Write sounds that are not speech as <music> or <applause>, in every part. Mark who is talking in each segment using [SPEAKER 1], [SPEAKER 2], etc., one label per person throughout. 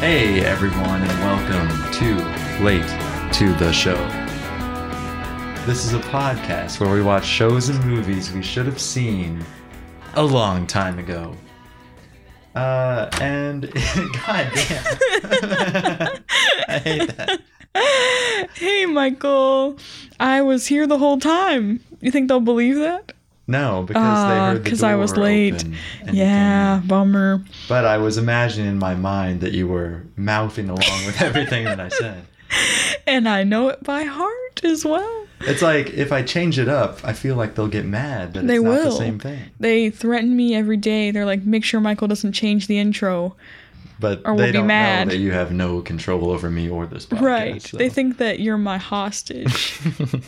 [SPEAKER 1] Hey, everyone, and welcome to Late to the Show. This is a podcast where we watch shows and movies we should have seen a long time ago. Uh, and <laughs> god damn, I hate that.
[SPEAKER 2] hey, Michael. I was here the whole time. You think they'll believe that?
[SPEAKER 1] No, because they
[SPEAKER 2] Ah,
[SPEAKER 1] heard the
[SPEAKER 2] 'cause I
[SPEAKER 1] door
[SPEAKER 2] was late.
[SPEAKER 1] open and
[SPEAKER 2] yeah, bummer.
[SPEAKER 1] came. But I was imagining in my mind that you were mouthing along
[SPEAKER 2] <laughs>
[SPEAKER 1] with everything that I said.
[SPEAKER 2] And I know it by heart as well.
[SPEAKER 1] It's like if I change it up, I feel like they'll get mad that
[SPEAKER 2] They
[SPEAKER 1] it's not the
[SPEAKER 2] will.
[SPEAKER 1] same thing.
[SPEAKER 2] They threaten me every day. They're like, make sure Michael doesn't change the intro.
[SPEAKER 1] But
[SPEAKER 2] Or we'll
[SPEAKER 1] they
[SPEAKER 2] be
[SPEAKER 1] don't
[SPEAKER 2] mad.
[SPEAKER 1] know that you have no control over me or this podcast.
[SPEAKER 2] right.
[SPEAKER 1] so-
[SPEAKER 2] They think that you're my hostage,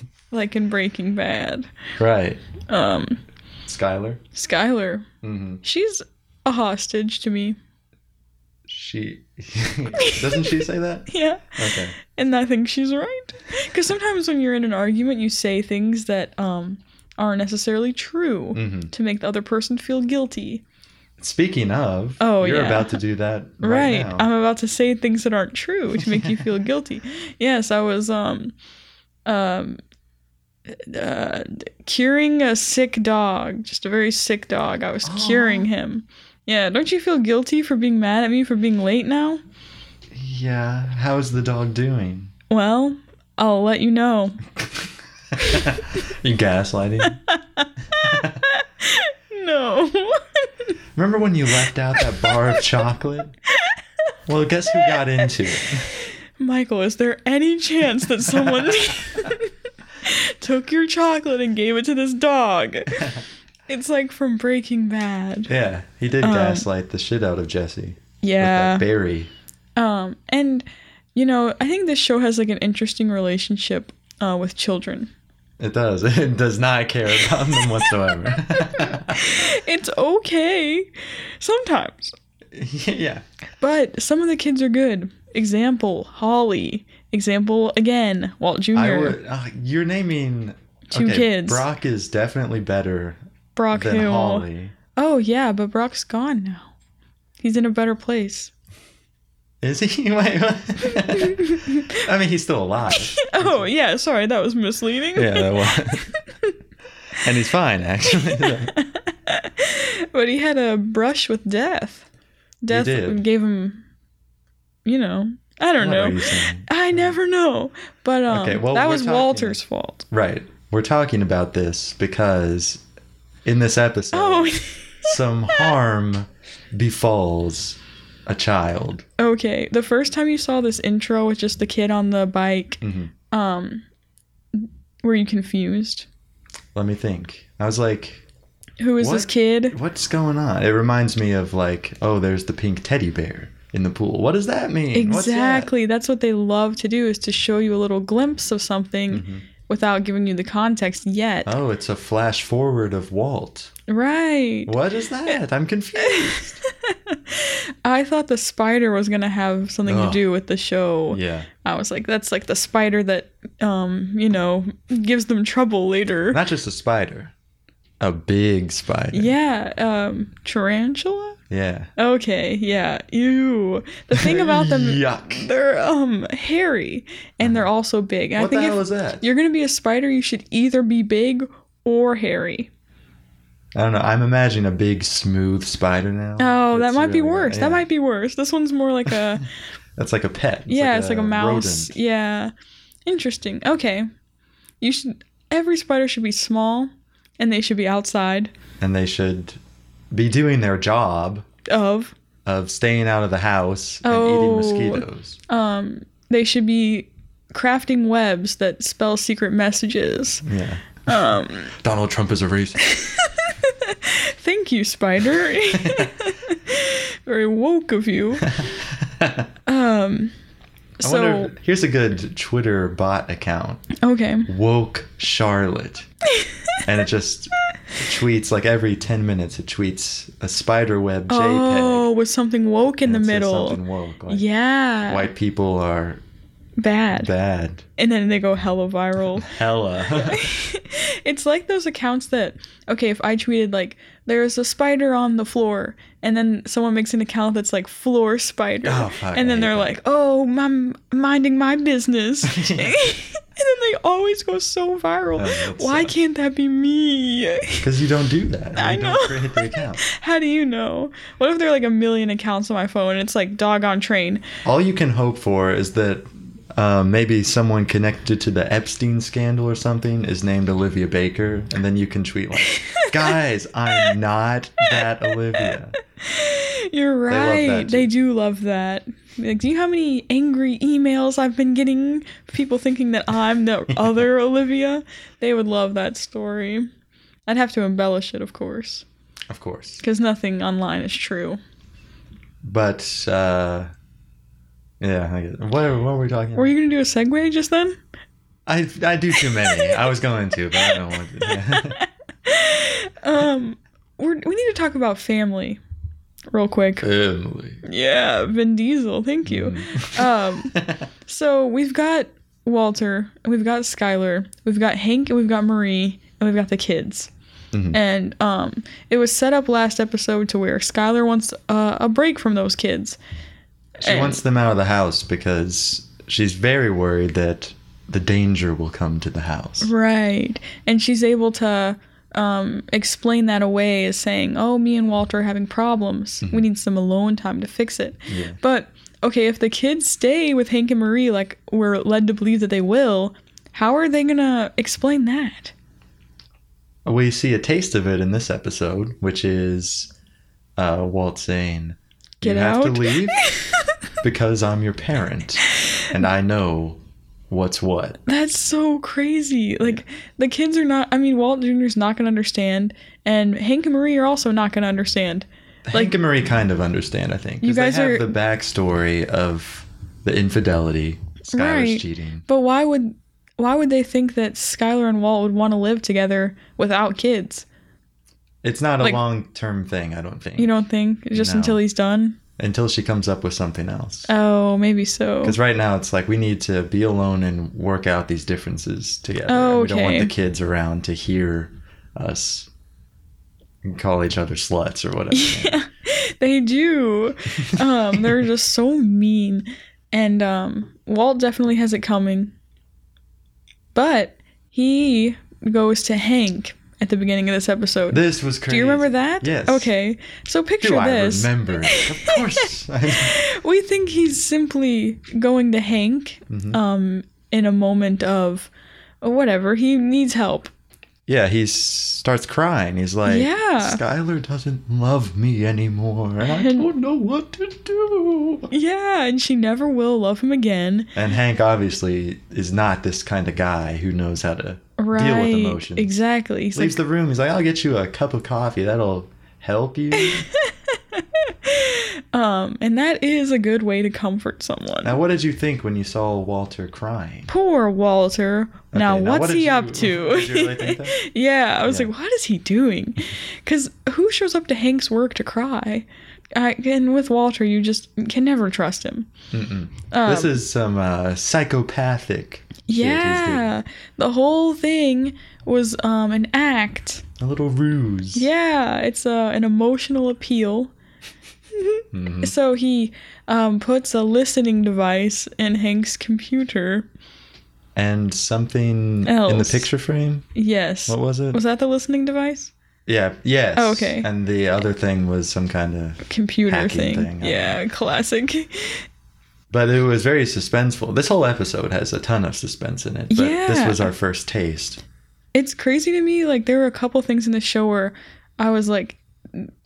[SPEAKER 2] <laughs> like in Breaking Bad.
[SPEAKER 1] <laughs> right.
[SPEAKER 2] Um,
[SPEAKER 1] Skylar,
[SPEAKER 2] Skylar,
[SPEAKER 1] hmm
[SPEAKER 2] she's a hostage to me. <laughs>
[SPEAKER 1] she <laughs> doesn't she say that?
[SPEAKER 2] Yeah.
[SPEAKER 1] Okay.
[SPEAKER 2] and I think she's right. Because sometimes when you're in an argument, you say things that um, aren't necessarily true
[SPEAKER 1] hmm
[SPEAKER 2] to make the other person feel guilty.
[SPEAKER 1] Speaking of,
[SPEAKER 2] Oh,
[SPEAKER 1] you're
[SPEAKER 2] yeah.
[SPEAKER 1] about to do that
[SPEAKER 2] Right. um-
[SPEAKER 1] right, now.
[SPEAKER 2] I'm about to say things that aren't true to make you feel guilty. Yes, I was um, um, uh, curing a sick dog, just a very sick dog. I was curing
[SPEAKER 1] Aw.
[SPEAKER 2] him. Yeah, don't you feel guilty for being mad at me for being late now?
[SPEAKER 1] yeah. How's the dog doing?
[SPEAKER 2] Well, I'll let you know.
[SPEAKER 1] you gaslighting?
[SPEAKER 2] No.
[SPEAKER 1] Remember when you left out that bar of chocolate? Well, guess who got into it?
[SPEAKER 2] <laughs> Michael, is there any chance that someone <laughs> took your chocolate and gave it to this dog? It's like from Breaking Bad.
[SPEAKER 1] Yeah, he did
[SPEAKER 2] Um,
[SPEAKER 1] gaslight the shit out of Jesse.
[SPEAKER 2] Yeah.
[SPEAKER 1] With that berry.
[SPEAKER 2] Um, and you know, I think this show has like an interesting relationship uh, with children. <laughs>
[SPEAKER 1] It does. <laughs> It does not care about them whatsoever. <laughs>
[SPEAKER 2] It's okay sometimes,
[SPEAKER 1] yeah.
[SPEAKER 2] but some of the kids are good. Example: Holly. Example again: Walt Jr.
[SPEAKER 1] I would, uh, you're naming
[SPEAKER 2] Two kids.
[SPEAKER 1] Brock is definitely better
[SPEAKER 2] Brock
[SPEAKER 1] than
[SPEAKER 2] Hill.
[SPEAKER 1] Holly.
[SPEAKER 2] Oh yeah, but Brock's gone now. He's in a better place.
[SPEAKER 1] Is he? <laughs> Wait,
[SPEAKER 2] <laughs>
[SPEAKER 1] what? I mean, he's still alive.
[SPEAKER 2] Oh yeah, sorry, that was misleading.
[SPEAKER 1] that was. and he's fine, actually.
[SPEAKER 2] <laughs> But he had a brush with death. Death
[SPEAKER 1] did.
[SPEAKER 2] gave him, you know, I don't
[SPEAKER 1] What are
[SPEAKER 2] know.
[SPEAKER 1] you saying?
[SPEAKER 2] I never know. But um,
[SPEAKER 1] Okay, well,
[SPEAKER 2] that
[SPEAKER 1] we're
[SPEAKER 2] was
[SPEAKER 1] talking-
[SPEAKER 2] Walter's fault.
[SPEAKER 1] Right. We're talking about this because in this episode,
[SPEAKER 2] Oh,
[SPEAKER 1] some harm befalls a child.
[SPEAKER 2] <laughs> okay. The first time you saw this intro with just the kid on the bike,
[SPEAKER 1] Mhm.
[SPEAKER 2] um, were you confused?
[SPEAKER 1] Let me think. I was like,
[SPEAKER 2] Who is this
[SPEAKER 1] What?
[SPEAKER 2] kid?
[SPEAKER 1] What's going on? It reminds me of like, oh, there's the pink teddy bear in the pool. What does that mean? What's that?
[SPEAKER 2] Exactly. That's what they love to do is to show you a little glimpse of something
[SPEAKER 1] Mm-hmm.
[SPEAKER 2] without giving you the context yet.
[SPEAKER 1] Oh, it's a flash forward of Walt.
[SPEAKER 2] Right.
[SPEAKER 1] What is that? I'm confused.
[SPEAKER 2] <laughs> I thought the spider was gonna have something
[SPEAKER 1] Ugh.
[SPEAKER 2] to do with the show.
[SPEAKER 1] yeah.
[SPEAKER 2] I was like, that's like the spider that, um, you know, gives them trouble later.
[SPEAKER 1] Not just a spider. A big spider.
[SPEAKER 2] yeah, um, tarantula.
[SPEAKER 1] Yeah.
[SPEAKER 2] Okay, yeah. Ew. The thing about
[SPEAKER 1] <laughs>
[SPEAKER 2] them,
[SPEAKER 1] Yuck.
[SPEAKER 2] they're um hairy and they're also big. And I
[SPEAKER 1] What the
[SPEAKER 2] think
[SPEAKER 1] hell
[SPEAKER 2] if
[SPEAKER 1] is that?
[SPEAKER 2] you're gonna be a spider, you should either be big or hairy.
[SPEAKER 1] I don't know. I'm imagining a big smooth spider now.
[SPEAKER 2] Oh, that
[SPEAKER 1] It's
[SPEAKER 2] might be
[SPEAKER 1] really-
[SPEAKER 2] worse.
[SPEAKER 1] yeah.
[SPEAKER 2] That might be worse. This one's more
[SPEAKER 1] <laughs>
[SPEAKER 2] like a
[SPEAKER 1] That's like a pet.
[SPEAKER 2] yeah, it's like a, mouse.
[SPEAKER 1] rodent.
[SPEAKER 2] Yeah. Interesting. Okay. You should every spider should be small and they should be outside
[SPEAKER 1] And they should be doing their job
[SPEAKER 2] of
[SPEAKER 1] of staying out of the house and
[SPEAKER 2] Oh.
[SPEAKER 1] eating mosquitoes.
[SPEAKER 2] um they should be crafting webs that spell secret messages.
[SPEAKER 1] Yeah.
[SPEAKER 2] <laughs> Um
[SPEAKER 1] Donald Trump is a <laughs> racist.
[SPEAKER 2] thank you, spider. <laughs> Very woke of you. Um
[SPEAKER 1] I
[SPEAKER 2] so
[SPEAKER 1] wonder. if- here's a good Twitter bot account:
[SPEAKER 2] okay.
[SPEAKER 1] Woke Charlotte, and it just tweets like every ten minutes. It tweets a spider web JPEG
[SPEAKER 2] Oh, with something woke
[SPEAKER 1] and
[SPEAKER 2] in the
[SPEAKER 1] it says
[SPEAKER 2] middle.
[SPEAKER 1] Something woke, like
[SPEAKER 2] Yeah.
[SPEAKER 1] white people are
[SPEAKER 2] bad.
[SPEAKER 1] Bad.
[SPEAKER 2] And then they go hella viral.
[SPEAKER 1] <laughs> Hella.
[SPEAKER 2] it's like those accounts that okay, if I tweeted like there's a spider on the floor, and then someone makes an account that's like floor spider,
[SPEAKER 1] Oh, fuck,
[SPEAKER 2] and
[SPEAKER 1] I
[SPEAKER 2] then
[SPEAKER 1] hate
[SPEAKER 2] they're
[SPEAKER 1] that.
[SPEAKER 2] like, oh, I'm minding
[SPEAKER 1] <laughs>
[SPEAKER 2] my business, <laughs> and then they always go so viral.
[SPEAKER 1] Oh, that
[SPEAKER 2] Why
[SPEAKER 1] sucks.
[SPEAKER 2] can't that be me?
[SPEAKER 1] Because you don't do that.
[SPEAKER 2] I
[SPEAKER 1] you
[SPEAKER 2] know.
[SPEAKER 1] Don't create the account.
[SPEAKER 2] <laughs> How do you know? What if there are like a million accounts on my phone and it's like dog on train?
[SPEAKER 1] All you can hope for is that uh, maybe someone connected to the Epstein scandal or something is named Olivia Baker, and then you can tweet like, "Guys, I'm not that Olivia."
[SPEAKER 2] You're
[SPEAKER 1] love
[SPEAKER 2] right.
[SPEAKER 1] that,
[SPEAKER 2] They,
[SPEAKER 1] too.
[SPEAKER 2] do love that. Like, do you know how many angry emails I've been getting? People thinking that I'm the
[SPEAKER 1] <laughs>
[SPEAKER 2] other Olivia. They would love that story. I'd have to embellish it, of course,
[SPEAKER 1] Of course,
[SPEAKER 2] because nothing online is true.
[SPEAKER 1] but uh, yeah, I guess, what, what were we talking?
[SPEAKER 2] Were
[SPEAKER 1] About?
[SPEAKER 2] you gonna do a segue just then?
[SPEAKER 1] I I do too many. I was going to, but I don't want to.
[SPEAKER 2] Um, we're, we need to talk about family, real
[SPEAKER 1] <laughs>
[SPEAKER 2] quick.
[SPEAKER 1] Family.
[SPEAKER 2] Yeah, Vin Diesel. Thank you.
[SPEAKER 1] Mm.
[SPEAKER 2] Um, so we've got Walter, and we've got Skylar, we've got Hank, and we've got Marie, and we've got the kids.
[SPEAKER 1] Mhm.
[SPEAKER 2] And um, it was set up last episode to where Skylar wants uh, a break from those kids.
[SPEAKER 1] She
[SPEAKER 2] And-
[SPEAKER 1] wants them out of the house because she's very worried that the danger will come to the house.
[SPEAKER 2] Right. And she's able to um, explain that away as saying, oh, me and Walter are having problems. We need some alone time to fix it.
[SPEAKER 1] Yeah.
[SPEAKER 2] But, okay, if the kids stay with Hank and Marie, like we're led to believe that they will, how are they going to explain that?
[SPEAKER 1] We see a taste of it in this episode, which is uh, Walt saying,
[SPEAKER 2] Get
[SPEAKER 1] "You have
[SPEAKER 2] out."
[SPEAKER 1] to
[SPEAKER 2] <laughs>
[SPEAKER 1] leave because I'm your parent, and I know what's what."
[SPEAKER 2] That's so crazy. Like, the kids are not, I mean, Walt Jr.'s not going to understand, and Hank and Marie are also not going to understand.
[SPEAKER 1] Hank and Marie kind of understand, I think. 'cause
[SPEAKER 2] You guys
[SPEAKER 1] they have the
[SPEAKER 2] are-
[SPEAKER 1] backstory of the infidelity, Skylar's
[SPEAKER 2] Right.
[SPEAKER 1] cheating.
[SPEAKER 2] But why would why would they think that Skylar and Walt would want to live together without kids?
[SPEAKER 1] It's not a
[SPEAKER 2] Like-
[SPEAKER 1] long-term thing, I don't think.
[SPEAKER 2] You don't think just
[SPEAKER 1] No.
[SPEAKER 2] until he's done?
[SPEAKER 1] until she comes up with something else.
[SPEAKER 2] Oh, maybe so. <laughs>
[SPEAKER 1] Because right now it's like we need to be alone and work out these differences together.
[SPEAKER 2] Oh,
[SPEAKER 1] And We don't want
[SPEAKER 2] okay.
[SPEAKER 1] the kids around to hear us call each other sluts or whatever.
[SPEAKER 2] <laughs> They do. Um, they're just so mean, and um, Walt definitely has it coming. But he goes to Hank at the beginning of this episode.
[SPEAKER 1] This was crazy.
[SPEAKER 2] do you remember that?
[SPEAKER 1] Yes.
[SPEAKER 2] Okay. So
[SPEAKER 1] Do
[SPEAKER 2] picture
[SPEAKER 1] I
[SPEAKER 2] this.
[SPEAKER 1] remember? it? Of course.
[SPEAKER 2] <laughs>
[SPEAKER 1] <laughs>
[SPEAKER 2] we think he's simply going to Hank
[SPEAKER 1] Mhm.
[SPEAKER 2] um, in a moment of uh, whatever. He needs help.
[SPEAKER 1] yeah, he s- starts crying. He's like,
[SPEAKER 2] Yeah.
[SPEAKER 1] Skylar doesn't love me anymore, and I
[SPEAKER 2] And-
[SPEAKER 1] don't know what to do."
[SPEAKER 2] Yeah, and she never will love him again.
[SPEAKER 1] And Hank obviously is not this kind of guy who knows how to
[SPEAKER 2] Right.
[SPEAKER 1] deal with emotions.
[SPEAKER 2] Exactly. He's
[SPEAKER 1] leaves
[SPEAKER 2] like,
[SPEAKER 1] the room. He's like, "I'll get you a cup of coffee. That'll help you."
[SPEAKER 2] <laughs> um, and that is a good way to comfort someone.
[SPEAKER 1] Now, what did you think when you saw Walter crying?
[SPEAKER 2] Poor Walter. now,
[SPEAKER 1] Okay, now <laughs> what
[SPEAKER 2] what's
[SPEAKER 1] did
[SPEAKER 2] he
[SPEAKER 1] you-
[SPEAKER 2] up to?
[SPEAKER 1] did you really think
[SPEAKER 2] <laughs>
[SPEAKER 1] that?
[SPEAKER 2] yeah, I was
[SPEAKER 1] Yeah.
[SPEAKER 2] like, what is he doing? Because who shows up to Hank's work to cry? I, and with Walter, you just can never trust him.
[SPEAKER 1] Mm-mm.
[SPEAKER 2] Um,
[SPEAKER 1] this is some uh, psychopathic. shit he's
[SPEAKER 2] yeah, the whole thing was um, an act.
[SPEAKER 1] doing. a little ruse.
[SPEAKER 2] Yeah, it's uh, an emotional appeal.
[SPEAKER 1] Mm-hmm. Mhm.
[SPEAKER 2] So he um, puts a listening device in Hank's computer.
[SPEAKER 1] And something in the
[SPEAKER 2] Else.
[SPEAKER 1] picture frame.
[SPEAKER 2] Yes.
[SPEAKER 1] What was it?
[SPEAKER 2] Was that the listening device?
[SPEAKER 1] yeah. Yes.
[SPEAKER 2] Oh, okay.
[SPEAKER 1] And the other thing was some kind of.
[SPEAKER 2] Computer
[SPEAKER 1] Hacking
[SPEAKER 2] thing.
[SPEAKER 1] thing, I
[SPEAKER 2] Yeah, classic.
[SPEAKER 1] But it was very suspenseful. This whole episode has a ton of suspense in it. But this
[SPEAKER 2] Yeah.
[SPEAKER 1] was our first taste.
[SPEAKER 2] It's crazy to me. Like, there were a couple things in the show where I was like,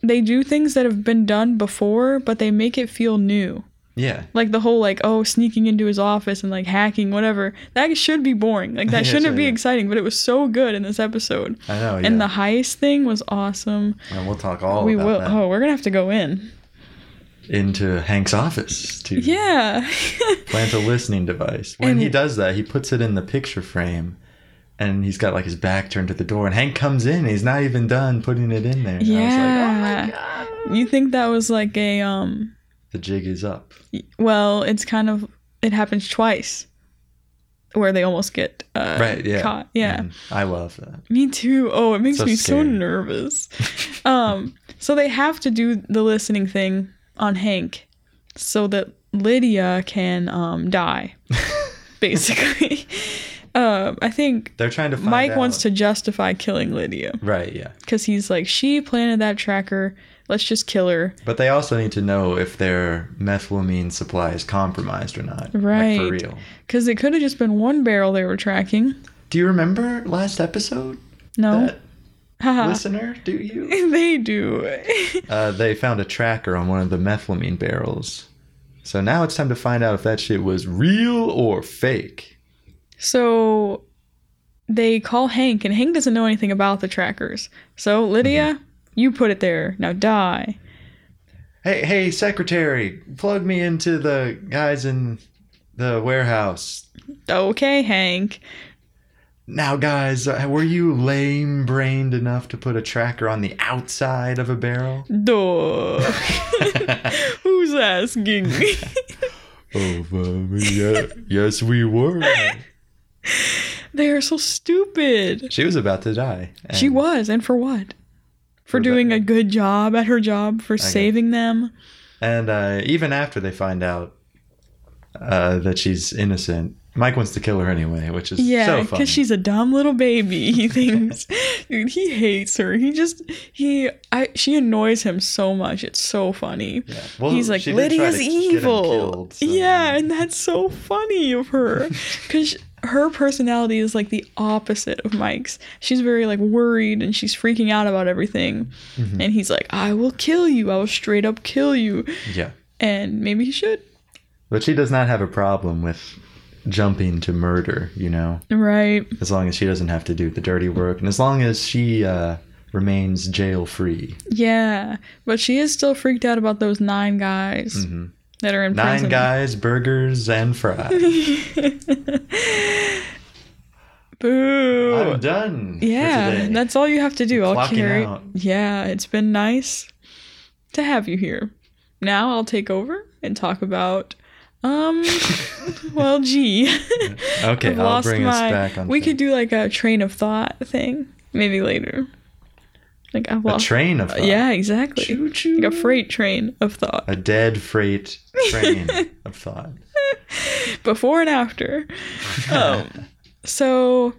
[SPEAKER 2] they do things that have been done before, but they make it feel new.
[SPEAKER 1] Yeah.
[SPEAKER 2] Like the whole like oh sneaking into his office and like hacking whatever that should be boring like that
[SPEAKER 1] <laughs> Yeah,
[SPEAKER 2] shouldn't
[SPEAKER 1] sure,
[SPEAKER 2] be
[SPEAKER 1] yeah.
[SPEAKER 2] exciting but it was so good in this episode
[SPEAKER 1] I know. Yeah.
[SPEAKER 2] and the heist thing was awesome
[SPEAKER 1] And we'll talk all
[SPEAKER 2] we
[SPEAKER 1] about
[SPEAKER 2] will
[SPEAKER 1] that
[SPEAKER 2] oh we're gonna have to go in
[SPEAKER 1] into Hank's office to
[SPEAKER 2] Yeah. <laughs>
[SPEAKER 1] plant a listening device. When he does that, he puts it in the picture frame and he's got like his back turned to the door and Hank comes in. He's not even done putting it in there. And I was like, oh my
[SPEAKER 2] yeah.
[SPEAKER 1] oh god.
[SPEAKER 2] you think that was like a um
[SPEAKER 1] The jig is up.
[SPEAKER 2] well, it's kind of it happens twice. where they almost get uh,
[SPEAKER 1] right. Yeah.
[SPEAKER 2] caught. Yeah.
[SPEAKER 1] Mm, I love that.
[SPEAKER 2] Me too. Oh, it makes
[SPEAKER 1] So
[SPEAKER 2] me so
[SPEAKER 1] scary. <laughs>
[SPEAKER 2] nervous. um, so they have to do the listening thing on Hank so that Lydia can
[SPEAKER 1] <laughs>
[SPEAKER 2] um, die, basically. <laughs> um, I think
[SPEAKER 1] They're trying to find
[SPEAKER 2] Mike wants
[SPEAKER 1] out-
[SPEAKER 2] to justify killing Lydia
[SPEAKER 1] Right. Yeah.
[SPEAKER 2] because he's like, she planted that tracker. Let's just kill her.
[SPEAKER 1] But they also need to know if their methylamine supply is compromised or not. Like
[SPEAKER 2] Right.
[SPEAKER 1] for real.
[SPEAKER 2] Because it could have just been one barrel they were tracking.
[SPEAKER 1] Do you remember last episode?
[SPEAKER 2] No.
[SPEAKER 1] That
[SPEAKER 2] Haha.
[SPEAKER 1] listener, do you?
[SPEAKER 2] <laughs> they do. <laughs>
[SPEAKER 1] Uh, they found a tracker on one of the methylamine barrels. So now it's time to find out if that shit was real or fake.
[SPEAKER 2] So they call Hank, and Hank doesn't know anything about the trackers. So, Lydia,
[SPEAKER 1] Mm-hmm.
[SPEAKER 2] you put it there. Now die.
[SPEAKER 1] Hey, hey, secretary, plug me into the guys in the warehouse.
[SPEAKER 2] Okay, Hank.
[SPEAKER 1] Now, guys, uh, were you lame brained enough to put a tracker on the outside of a barrel? <laughs>
[SPEAKER 2] Duh. <laughs> Who's asking me? <laughs>
[SPEAKER 1] Oh, um, yeah, yes, we were.
[SPEAKER 2] they are so stupid.
[SPEAKER 1] She was about to die. and
[SPEAKER 2] She was, and for what? For
[SPEAKER 1] that-
[SPEAKER 2] doing a good job at her job, for saving them.
[SPEAKER 1] And uh, even after they find out uh, that she's innocent, Mike wants to kill her anyway, which is
[SPEAKER 2] Yeah,
[SPEAKER 1] so
[SPEAKER 2] because
[SPEAKER 1] funny.
[SPEAKER 2] she's a dumb little
[SPEAKER 1] <laughs>
[SPEAKER 2] baby. He thinks, dude, he hates her. He just he I she annoys him so much. It's so funny.
[SPEAKER 1] Yeah. Well,
[SPEAKER 2] He's like
[SPEAKER 1] she did try
[SPEAKER 2] Lydia's
[SPEAKER 1] to get him
[SPEAKER 2] evil.
[SPEAKER 1] killed, so-
[SPEAKER 2] Yeah, and that's so funny
[SPEAKER 1] <laughs>
[SPEAKER 2] of her, because her personality is like the opposite of Mike's. She's very like worried and she's freaking out about everything,
[SPEAKER 1] Mhm.
[SPEAKER 2] and he's like, "I will kill you. I will straight up kill you."
[SPEAKER 1] Yeah.
[SPEAKER 2] And maybe he should.
[SPEAKER 1] But she does not have a problem with jumping to murder, you know,
[SPEAKER 2] Right.
[SPEAKER 1] as long as she doesn't have to do the dirty work and as long as she uh, remains jail free.
[SPEAKER 2] Yeah, but she is still freaked out about those nine guys
[SPEAKER 1] Mhm.
[SPEAKER 2] that are in
[SPEAKER 1] Nine
[SPEAKER 2] prison.
[SPEAKER 1] guys, burgers, and fries.
[SPEAKER 2] <laughs> Boo.
[SPEAKER 1] I'm done. for
[SPEAKER 2] yeah,
[SPEAKER 1] today.
[SPEAKER 2] that's all you have to do. I'll
[SPEAKER 1] Clocking
[SPEAKER 2] carry.
[SPEAKER 1] out.
[SPEAKER 2] Yeah, it's been nice to have you here. Now I'll take over and talk about.
[SPEAKER 1] <laughs>
[SPEAKER 2] Um. well, gee.
[SPEAKER 1] okay.
[SPEAKER 2] I've
[SPEAKER 1] I'll
[SPEAKER 2] lost
[SPEAKER 1] bring us
[SPEAKER 2] my-
[SPEAKER 1] back on.
[SPEAKER 2] We
[SPEAKER 1] track.
[SPEAKER 2] could do like a train of thought thing, maybe later. Like I've
[SPEAKER 1] a
[SPEAKER 2] lost.
[SPEAKER 1] train of thought.
[SPEAKER 2] Yeah, exactly.
[SPEAKER 1] Choo-choo.
[SPEAKER 2] Like a freight train of thought,
[SPEAKER 1] A dead freight
[SPEAKER 2] <laughs>
[SPEAKER 1] train of thought.
[SPEAKER 2] before
[SPEAKER 1] <laughs>
[SPEAKER 2] and after. Um, so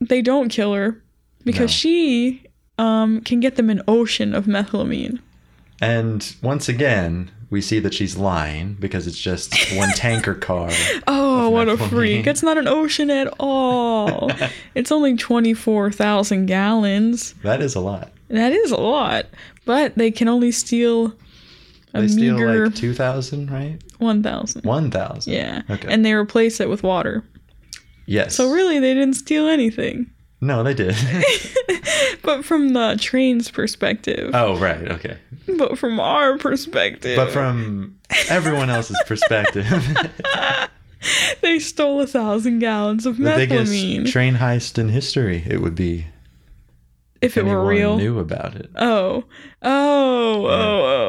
[SPEAKER 2] they don't kill her because
[SPEAKER 1] No.
[SPEAKER 2] she um, can get them an ocean of methylamine.
[SPEAKER 1] And once again, we see that she's lying because it's just
[SPEAKER 2] <laughs>
[SPEAKER 1] one tanker car.
[SPEAKER 2] Oh,
[SPEAKER 1] Of
[SPEAKER 2] what a
[SPEAKER 1] methylamine.
[SPEAKER 2] freak. It's not an ocean at
[SPEAKER 1] <laughs>
[SPEAKER 2] all. it's only 24,000 gallons.
[SPEAKER 1] That is a lot.
[SPEAKER 2] That is a lot, but they can only steal a
[SPEAKER 1] They steal
[SPEAKER 2] meager
[SPEAKER 1] like 2,000, right?
[SPEAKER 2] 1,000.
[SPEAKER 1] 1,000.
[SPEAKER 2] Yeah.
[SPEAKER 1] Okay.
[SPEAKER 2] And they replace it with water.
[SPEAKER 1] yes.
[SPEAKER 2] So really, they didn't steal anything.
[SPEAKER 1] No, they
[SPEAKER 2] <laughs>
[SPEAKER 1] did.
[SPEAKER 2] But from the train's perspective,
[SPEAKER 1] oh, right. Okay.
[SPEAKER 2] but from our perspective,
[SPEAKER 1] But from everyone
[SPEAKER 2] <laughs>
[SPEAKER 1] else's perspective, <laughs>
[SPEAKER 2] they stole a thousand gallons of
[SPEAKER 1] the biggest
[SPEAKER 2] methylamine.
[SPEAKER 1] train heist in history, it would be if
[SPEAKER 2] if it were
[SPEAKER 1] anyone
[SPEAKER 2] real.
[SPEAKER 1] knew about it.
[SPEAKER 2] Oh, oh, oh,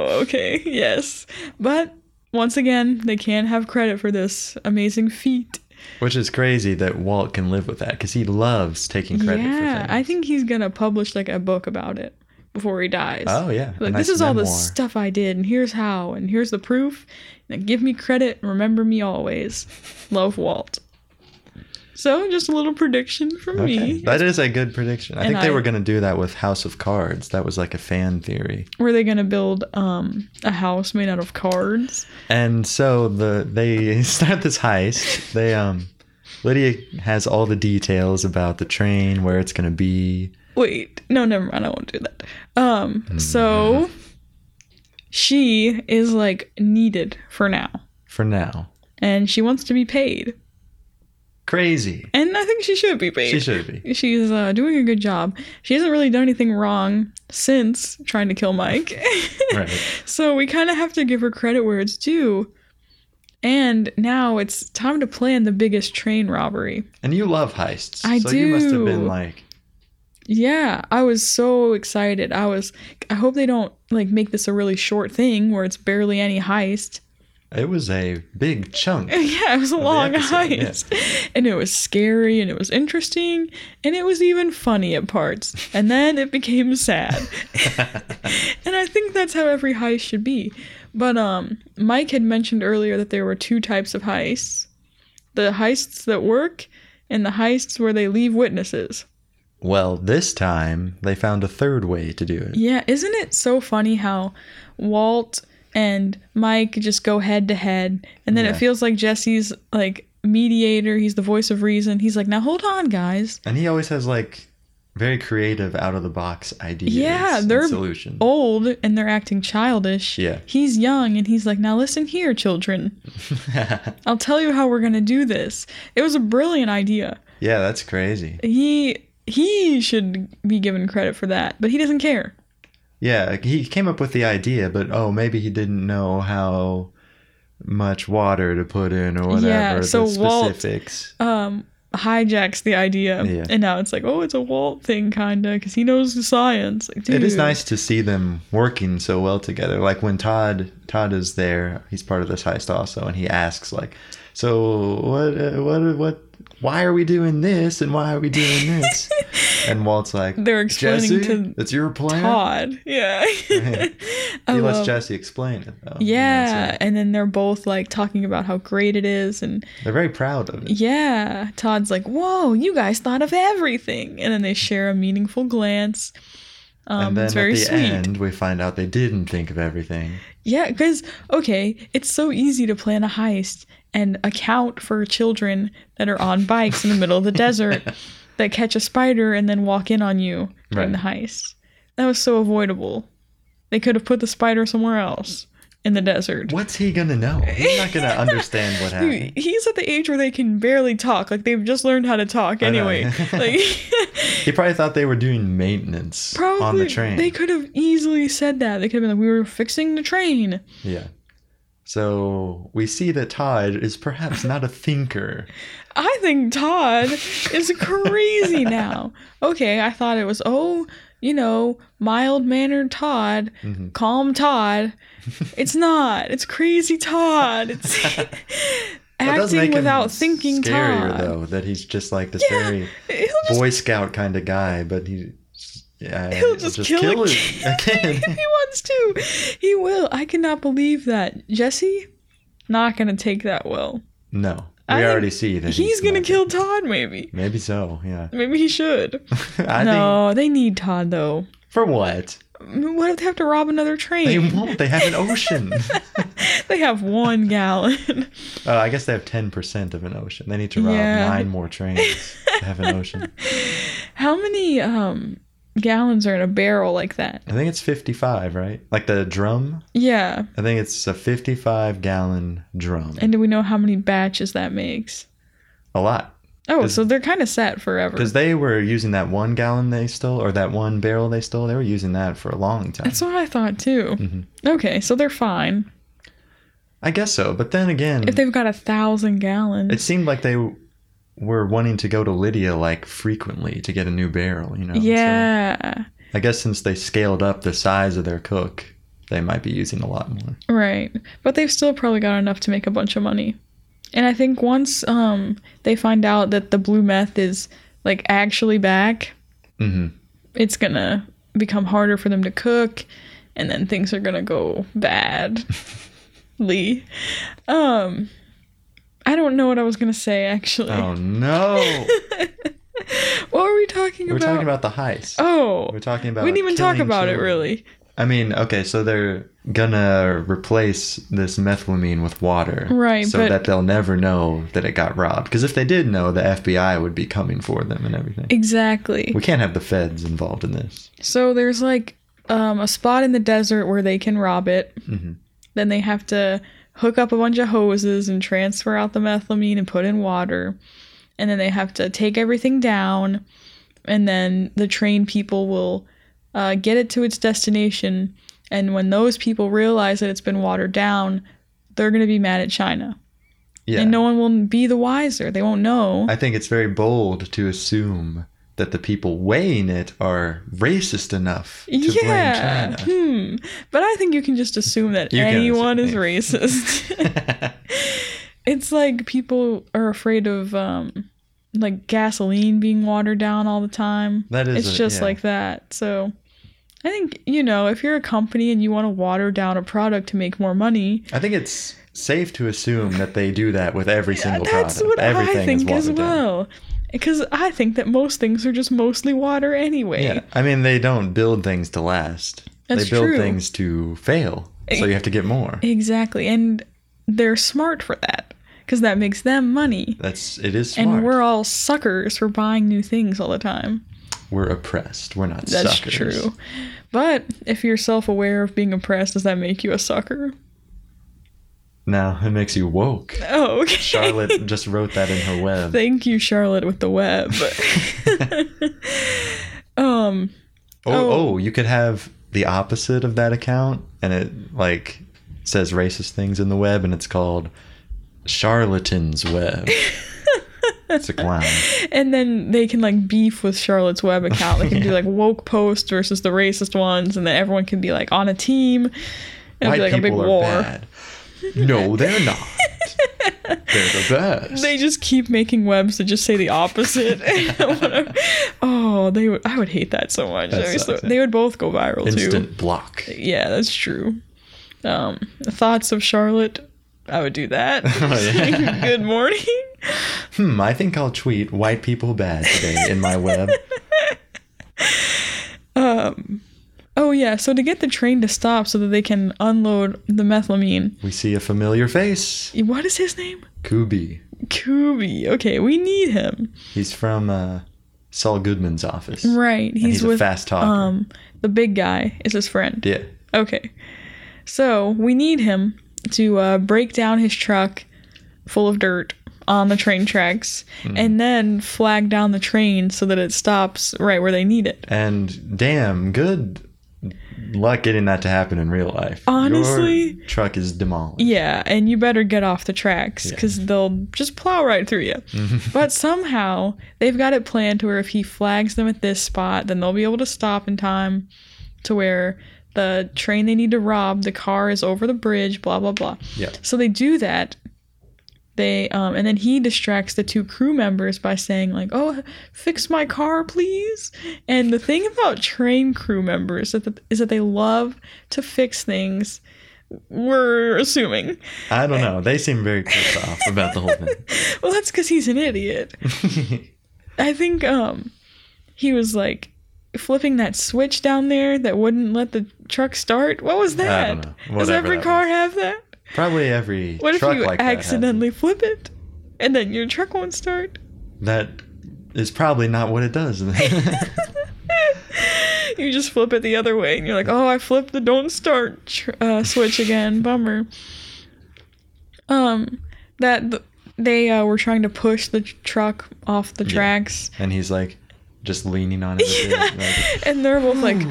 [SPEAKER 2] oh, okay, <laughs> yes. But once again, they can't have credit for this amazing feat.
[SPEAKER 1] Which is crazy that Walt can live with that because he loves taking credit
[SPEAKER 2] yeah,
[SPEAKER 1] for
[SPEAKER 2] I
[SPEAKER 1] things.
[SPEAKER 2] think he's gonna publish like a book about it before he dies.
[SPEAKER 1] oh, yeah. a
[SPEAKER 2] Like,
[SPEAKER 1] nice
[SPEAKER 2] this is all the
[SPEAKER 1] memoir.
[SPEAKER 2] stuff I did, and here's how, and here's the proof. Now give me credit, and remember me always. Love Walt. So, just a little prediction from
[SPEAKER 1] Okay.
[SPEAKER 2] me.
[SPEAKER 1] That is a good prediction. I
[SPEAKER 2] And
[SPEAKER 1] think they
[SPEAKER 2] I-
[SPEAKER 1] were going to do that with House of Cards. That was like a fan theory.
[SPEAKER 2] Were they gonna build um a house made out of cards?
[SPEAKER 1] And so the they <laughs> start this heist. They um Lydia has all the details about the train, where it's going to be.
[SPEAKER 2] Wait, no, never mind. I won't do that. Um, so
[SPEAKER 1] Mm-hmm.
[SPEAKER 2] she is like needed for now,
[SPEAKER 1] For now.
[SPEAKER 2] and she wants to be paid,
[SPEAKER 1] Crazy.
[SPEAKER 2] and I think she should be paid.
[SPEAKER 1] She should be.
[SPEAKER 2] She's uh, doing a good job. She hasn't really done anything wrong since trying to kill Mike. <laughs>
[SPEAKER 1] Right.
[SPEAKER 2] so we kind of have to give her credit where it's due. And now it's time to plan the biggest train robbery.
[SPEAKER 1] And you love heists.
[SPEAKER 2] I
[SPEAKER 1] so you must have been
[SPEAKER 2] do.
[SPEAKER 1] like
[SPEAKER 2] Yeah, I was so excited. I was I hope they don't like make this a really short thing where it's barely any heist <laughs>
[SPEAKER 1] It was a big chunk.
[SPEAKER 2] yeah, it was a
[SPEAKER 1] the
[SPEAKER 2] long
[SPEAKER 1] episode, yeah.
[SPEAKER 2] heist. And it was scary and it was interesting and it was even funny at parts. And then it became sad. <laughs> and I think that's how every heist should be. But um Mike had mentioned earlier that there were two types of heists. The heists that work and the heists where they leave witnesses.
[SPEAKER 1] Well, this time they found a third way to do it.
[SPEAKER 2] Yeah, isn't it so funny how Walt and Mike just go head to head and then
[SPEAKER 1] Yeah.
[SPEAKER 2] it feels like Jesse's like mediator, he's the voice of reason. He's like, "Now hold on, guys."
[SPEAKER 1] And he always has like very creative out of the box ideas
[SPEAKER 2] Yeah,
[SPEAKER 1] and
[SPEAKER 2] they're
[SPEAKER 1] solutions. <laughs>
[SPEAKER 2] Old and they're acting childish.
[SPEAKER 1] Yeah.
[SPEAKER 2] He's young and he's like, "Now listen here, children. I'll tell you how we're going to do this." It was a brilliant idea.
[SPEAKER 1] yeah, that's crazy.
[SPEAKER 2] He he should be given credit for that, but he doesn't care.
[SPEAKER 1] Yeah, he came up with the idea, but oh, maybe he didn't know how much water to put in or whatever.
[SPEAKER 2] Yeah, so
[SPEAKER 1] the
[SPEAKER 2] Walt-
[SPEAKER 1] specifics.
[SPEAKER 2] um hijacks the idea
[SPEAKER 1] Yeah.
[SPEAKER 2] and now it's like oh it's a walt thing kinda because he knows the science like,
[SPEAKER 1] It is
[SPEAKER 2] dude.
[SPEAKER 1] nice to see them working so well together. Like when Todd Todd is there, he's part of this heist also, and he asks like, "So what? uh, What? What? Why are we doing this? And why are we doing
[SPEAKER 2] <laughs>
[SPEAKER 1] this?" and Walt's like,
[SPEAKER 2] They're explaining
[SPEAKER 1] "Jesse,
[SPEAKER 2] to
[SPEAKER 1] that's your plan."
[SPEAKER 2] todd yeah <laughs>
[SPEAKER 1] Yeah.
[SPEAKER 2] I
[SPEAKER 1] He lets
[SPEAKER 2] love-
[SPEAKER 1] Jesse explain it though. you know,
[SPEAKER 2] Oh, yeah
[SPEAKER 1] so
[SPEAKER 2] and then they're both like talking about how great it is and
[SPEAKER 1] they're very proud of it.
[SPEAKER 2] yeah todd's like whoa you guys thought of everything and then they share a meaningful glance um
[SPEAKER 1] and then
[SPEAKER 2] it's very
[SPEAKER 1] at the
[SPEAKER 2] sweet
[SPEAKER 1] end, we find out they didn't think of everything.
[SPEAKER 2] Yeah, because, okay, it's so easy to plan a heist and account for children that are on bikes in the middle of the
[SPEAKER 1] <laughs>
[SPEAKER 2] desert that catch a spider and then walk in on you during
[SPEAKER 1] Right.
[SPEAKER 2] the heist. That was so avoidable. They could have put the spider somewhere else in the desert.
[SPEAKER 1] What's he gonna know? He's not
[SPEAKER 2] <laughs>
[SPEAKER 1] gonna understand what
[SPEAKER 2] Dude,
[SPEAKER 1] happened.
[SPEAKER 2] <laughs> He's at the age where they can barely talk. Like, they've just learned how to talk
[SPEAKER 1] I know.
[SPEAKER 2] anyway.
[SPEAKER 1] <laughs>
[SPEAKER 2] like, <laughs>
[SPEAKER 1] He probably thought they were doing maintenance
[SPEAKER 2] probably
[SPEAKER 1] on the train.
[SPEAKER 2] they could have easily said that. They could have been like, we were fixing the train.
[SPEAKER 1] Yeah. So we see that Todd is perhaps not a thinker.
[SPEAKER 2] I think Todd is
[SPEAKER 1] <laughs>
[SPEAKER 2] crazy now. Okay, I thought it was, oh, you know, mild mannered Todd,
[SPEAKER 1] Mhm.
[SPEAKER 2] calm Todd.
[SPEAKER 1] <laughs>
[SPEAKER 2] It's not. It's crazy Todd. It's <laughs>
[SPEAKER 1] That does make
[SPEAKER 2] acting
[SPEAKER 1] him
[SPEAKER 2] without thinking
[SPEAKER 1] scarier,
[SPEAKER 2] Todd.
[SPEAKER 1] though, that he's just like this very
[SPEAKER 2] <laughs> He'll just,
[SPEAKER 1] Boy Scout kind of guy, but he, yeah,
[SPEAKER 2] He'll just kill a
[SPEAKER 1] it <laughs> again.
[SPEAKER 2] <laughs> if he wants to, he will. I cannot believe that. Jesse, not going to take that well.
[SPEAKER 1] no, we
[SPEAKER 2] I think
[SPEAKER 1] already see that
[SPEAKER 2] He's, going to
[SPEAKER 1] not-
[SPEAKER 2] kill Todd, maybe.
[SPEAKER 1] Maybe so. Yeah. <laughs>
[SPEAKER 2] Maybe he should.
[SPEAKER 1] I think
[SPEAKER 2] no, they need Todd, though.
[SPEAKER 1] for what
[SPEAKER 2] What if they have to rob another train? <laughs>
[SPEAKER 1] they won't. They have an ocean.
[SPEAKER 2] they have one gallon. <laughs>
[SPEAKER 1] Uh, I guess they have ten percent of an ocean. They need to rob
[SPEAKER 2] Yeah.
[SPEAKER 1] nine more trains to have an
[SPEAKER 2] <laughs>
[SPEAKER 1] ocean.
[SPEAKER 2] How many um gallons are in a barrel like that?
[SPEAKER 1] I think it's fifty-five, right? Like the drum
[SPEAKER 2] Yeah.
[SPEAKER 1] I think it's a 55 gallon drum.
[SPEAKER 2] And do we know how many batches that makes?
[SPEAKER 1] a lot.
[SPEAKER 2] Oh,
[SPEAKER 1] 'Cause-
[SPEAKER 2] so they're kind of set forever.
[SPEAKER 1] Because they were using that one gallon they stole, or that one barrel they stole. They were using that for a long time.
[SPEAKER 2] That's what I thought too.
[SPEAKER 1] Mhm.
[SPEAKER 2] Okay, so they're fine.
[SPEAKER 1] I guess so. But then again,
[SPEAKER 2] If they've got a thousand
[SPEAKER 1] it
[SPEAKER 2] gallons.
[SPEAKER 1] seemed like they were wanting to go to Lydia like frequently to get a new barrel, you know? So
[SPEAKER 2] yeah.
[SPEAKER 1] I guess since they scaled up the size of their cook, they might be using a lot more.
[SPEAKER 2] Right. But they've still probably got enough to make a bunch of money. And I think once um they find out that the blue meth is like actually back,
[SPEAKER 1] hmm
[SPEAKER 2] it's gonna become harder for them to cook and then things are gonna go bad lee um i don't know what i was gonna say actually
[SPEAKER 1] Oh, no.
[SPEAKER 2] <laughs> what were we talking
[SPEAKER 1] we're
[SPEAKER 2] about
[SPEAKER 1] talking about the heist.
[SPEAKER 2] oh
[SPEAKER 1] We're talking about.
[SPEAKER 2] we didn't even talk
[SPEAKER 1] killing
[SPEAKER 2] about it
[SPEAKER 1] children.
[SPEAKER 2] really
[SPEAKER 1] I mean, okay, so they're gonna replace this methylamine with water,
[SPEAKER 2] Right,
[SPEAKER 1] So
[SPEAKER 2] but-
[SPEAKER 1] that they'll never know that it got robbed. Because if they did know, the FBI would be coming for them and everything.
[SPEAKER 2] exactly
[SPEAKER 1] We can't have the feds involved in this.
[SPEAKER 2] so there's like um, a spot in the desert where they can rob it
[SPEAKER 1] Mhm.
[SPEAKER 2] then they have to hook up a bunch of hoses and transfer out the methylamine and put in water and then they have to take everything down and then the train people will uh, get it to its destination and when those people realize that it's been watered down they're going to be mad at china
[SPEAKER 1] Yeah,
[SPEAKER 2] and no one will be the wiser they won't know
[SPEAKER 1] I think it's very bold to assume that the people weighing it are racist enough to blame
[SPEAKER 2] yeah.
[SPEAKER 1] China.
[SPEAKER 2] Hmm. But I think you can just assume that
[SPEAKER 1] You can
[SPEAKER 2] anyone is
[SPEAKER 1] assume, <laughs>
[SPEAKER 2] racist. it's like people are afraid of um like gasoline being watered down all the time.
[SPEAKER 1] that is
[SPEAKER 2] it's
[SPEAKER 1] a-
[SPEAKER 2] just
[SPEAKER 1] yeah.
[SPEAKER 2] like that. So I think, you know, if you're a company and you want to water down a product to make more money,
[SPEAKER 1] I think it's safe to assume that they do that with every single
[SPEAKER 2] that's
[SPEAKER 1] product.
[SPEAKER 2] what
[SPEAKER 1] Everything
[SPEAKER 2] I
[SPEAKER 1] is
[SPEAKER 2] think as
[SPEAKER 1] watered down.
[SPEAKER 2] well. Because I think that most things are just mostly water anyway.
[SPEAKER 1] Yeah, I mean they don't build things to last.
[SPEAKER 2] That's
[SPEAKER 1] they build
[SPEAKER 2] true. Eh.
[SPEAKER 1] things to fail, so you have to get more.
[SPEAKER 2] Exactly. And they're smart for that because that makes them money.
[SPEAKER 1] That's it is smart.
[SPEAKER 2] And we're all suckers for buying new things all the time.
[SPEAKER 1] We're oppressed. We're not
[SPEAKER 2] That's
[SPEAKER 1] suckers.
[SPEAKER 2] true. But if you're self aware of being oppressed, does that make you a sucker?
[SPEAKER 1] No, it makes you
[SPEAKER 2] <laughs>
[SPEAKER 1] woke.
[SPEAKER 2] Oh, okay.
[SPEAKER 1] Charlotte just wrote that in her web.
[SPEAKER 2] <laughs> Thank you, Charlotte, with
[SPEAKER 1] <laughs>
[SPEAKER 2] the web. <laughs> um,
[SPEAKER 1] oh,
[SPEAKER 2] oh.
[SPEAKER 1] oh, you could have the opposite of that account, and it like says racist things in the web, and it's called Charlatan's Web. it's a
[SPEAKER 2] <laughs>
[SPEAKER 1] clown.
[SPEAKER 2] and then they can like beef with Charlotte's web account. They
[SPEAKER 1] <laughs>
[SPEAKER 2] can do like woke post versus the racist ones, and then everyone can be like on a team. It'll
[SPEAKER 1] White
[SPEAKER 2] be like a
[SPEAKER 1] people
[SPEAKER 2] big
[SPEAKER 1] are
[SPEAKER 2] war.
[SPEAKER 1] bad. No, they're not. they're the best.
[SPEAKER 2] They just keep making webs that just say
[SPEAKER 1] <laughs>
[SPEAKER 2] the opposite. <laughs> oh, they would. I would hate that so much.
[SPEAKER 1] That
[SPEAKER 2] That'd be so-
[SPEAKER 1] sucks, yeah.
[SPEAKER 2] they would both go viral
[SPEAKER 1] Instant block.
[SPEAKER 2] too. Yeah, that's true. Um, thoughts of Charlotte. I would
[SPEAKER 1] <laughs>
[SPEAKER 2] do that. <laughs>
[SPEAKER 1] Oh, yeah.
[SPEAKER 2] Good morning.
[SPEAKER 1] Hmm, I think I'll tweet white people bad today in my web.
[SPEAKER 2] Oh yeah, so to get the train to stop so that they can unload the methylamine.
[SPEAKER 1] We see a familiar face.
[SPEAKER 2] What is his name?
[SPEAKER 1] Kubi.
[SPEAKER 2] Kubi. Okay, we need him.
[SPEAKER 1] He's from uh, Saul Goodman's office.
[SPEAKER 2] Right. He's,
[SPEAKER 1] And he's a
[SPEAKER 2] with
[SPEAKER 1] fast talker.
[SPEAKER 2] um the big guy is his friend.
[SPEAKER 1] yeah.
[SPEAKER 2] Okay. So we need him to uh, break down his truck full of dirt on the train tracks and then flag down the train so that it stops right where they need it.
[SPEAKER 1] And damn, good luck getting that to happen in real life.
[SPEAKER 2] Honestly-
[SPEAKER 1] Your truck is demolished.
[SPEAKER 2] Yeah, and you better get off the tracks because they'll just plow right through you. but somehow they've got it planned to where if he flags them at this spot, then they'll be able to stop in time to where the train they need to rob, the car is over the bridge, blah, blah, blah.
[SPEAKER 1] Yeah.
[SPEAKER 2] So they do that. They um, and then he distracts the two crew members by saying like, "Oh, fix my car, please." And the thing about train crew members is that, is that they love to fix things. We're assuming.
[SPEAKER 1] I don't know. They seem very pissed off about the whole
[SPEAKER 2] Well, that's because he's an idiot.
[SPEAKER 1] thing. <laughs>
[SPEAKER 2] I think um, he was like flipping that switch down there that wouldn't let the truck start. What was that?
[SPEAKER 1] I don't know.
[SPEAKER 2] Does
[SPEAKER 1] Whatever
[SPEAKER 2] every
[SPEAKER 1] that
[SPEAKER 2] car have that?
[SPEAKER 1] Probably every
[SPEAKER 2] <laughs> What if
[SPEAKER 1] truck
[SPEAKER 2] you
[SPEAKER 1] like that has it.
[SPEAKER 2] accidentally flip it, and then your truck won't start?
[SPEAKER 1] That is probably not what it
[SPEAKER 2] <laughs>
[SPEAKER 1] does. <laughs>
[SPEAKER 2] you just flip it the other way and you're like oh i flipped the don't start tr- uh, switch again bummer um that th- they uh, were trying to push the tr- truck off the tracks
[SPEAKER 1] and he's like just leaning on it. a bit, like,
[SPEAKER 2] and they're both
[SPEAKER 1] <sighs>
[SPEAKER 2] like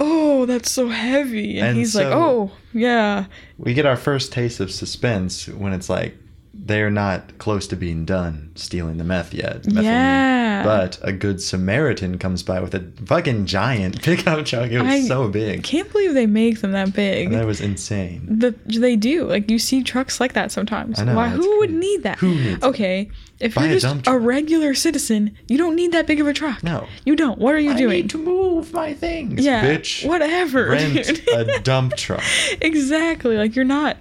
[SPEAKER 2] oh that's so heavy and,
[SPEAKER 1] And
[SPEAKER 2] he's like
[SPEAKER 1] so-
[SPEAKER 2] oh yeah
[SPEAKER 1] we get our first taste of suspense when it's like they're not close to being done stealing the meth yet. methylamine.
[SPEAKER 2] yeah
[SPEAKER 1] But a good Samaritan comes by with a fucking giant <laughs> pickup truck. It was
[SPEAKER 2] I-
[SPEAKER 1] so
[SPEAKER 2] i
[SPEAKER 1] big.
[SPEAKER 2] can't believe they make them that big
[SPEAKER 1] And that was insane.
[SPEAKER 2] the, they do like you see trucks like that sometimes
[SPEAKER 1] I know,
[SPEAKER 2] why
[SPEAKER 1] that's
[SPEAKER 2] who would
[SPEAKER 1] crazy.
[SPEAKER 2] need that
[SPEAKER 1] Who needs it?
[SPEAKER 2] okay if
[SPEAKER 1] Buy a
[SPEAKER 2] you're
[SPEAKER 1] dump
[SPEAKER 2] just a
[SPEAKER 1] truck.
[SPEAKER 2] regular citizen you don't need that big of a truck
[SPEAKER 1] No.
[SPEAKER 2] you don't what are you
[SPEAKER 1] I
[SPEAKER 2] doing
[SPEAKER 1] need to move my things,
[SPEAKER 2] yeah
[SPEAKER 1] bitch.
[SPEAKER 2] whatever <laughs>
[SPEAKER 1] Rent
[SPEAKER 2] dude.
[SPEAKER 1] a dump truck.
[SPEAKER 2] <laughs> exactly like you're not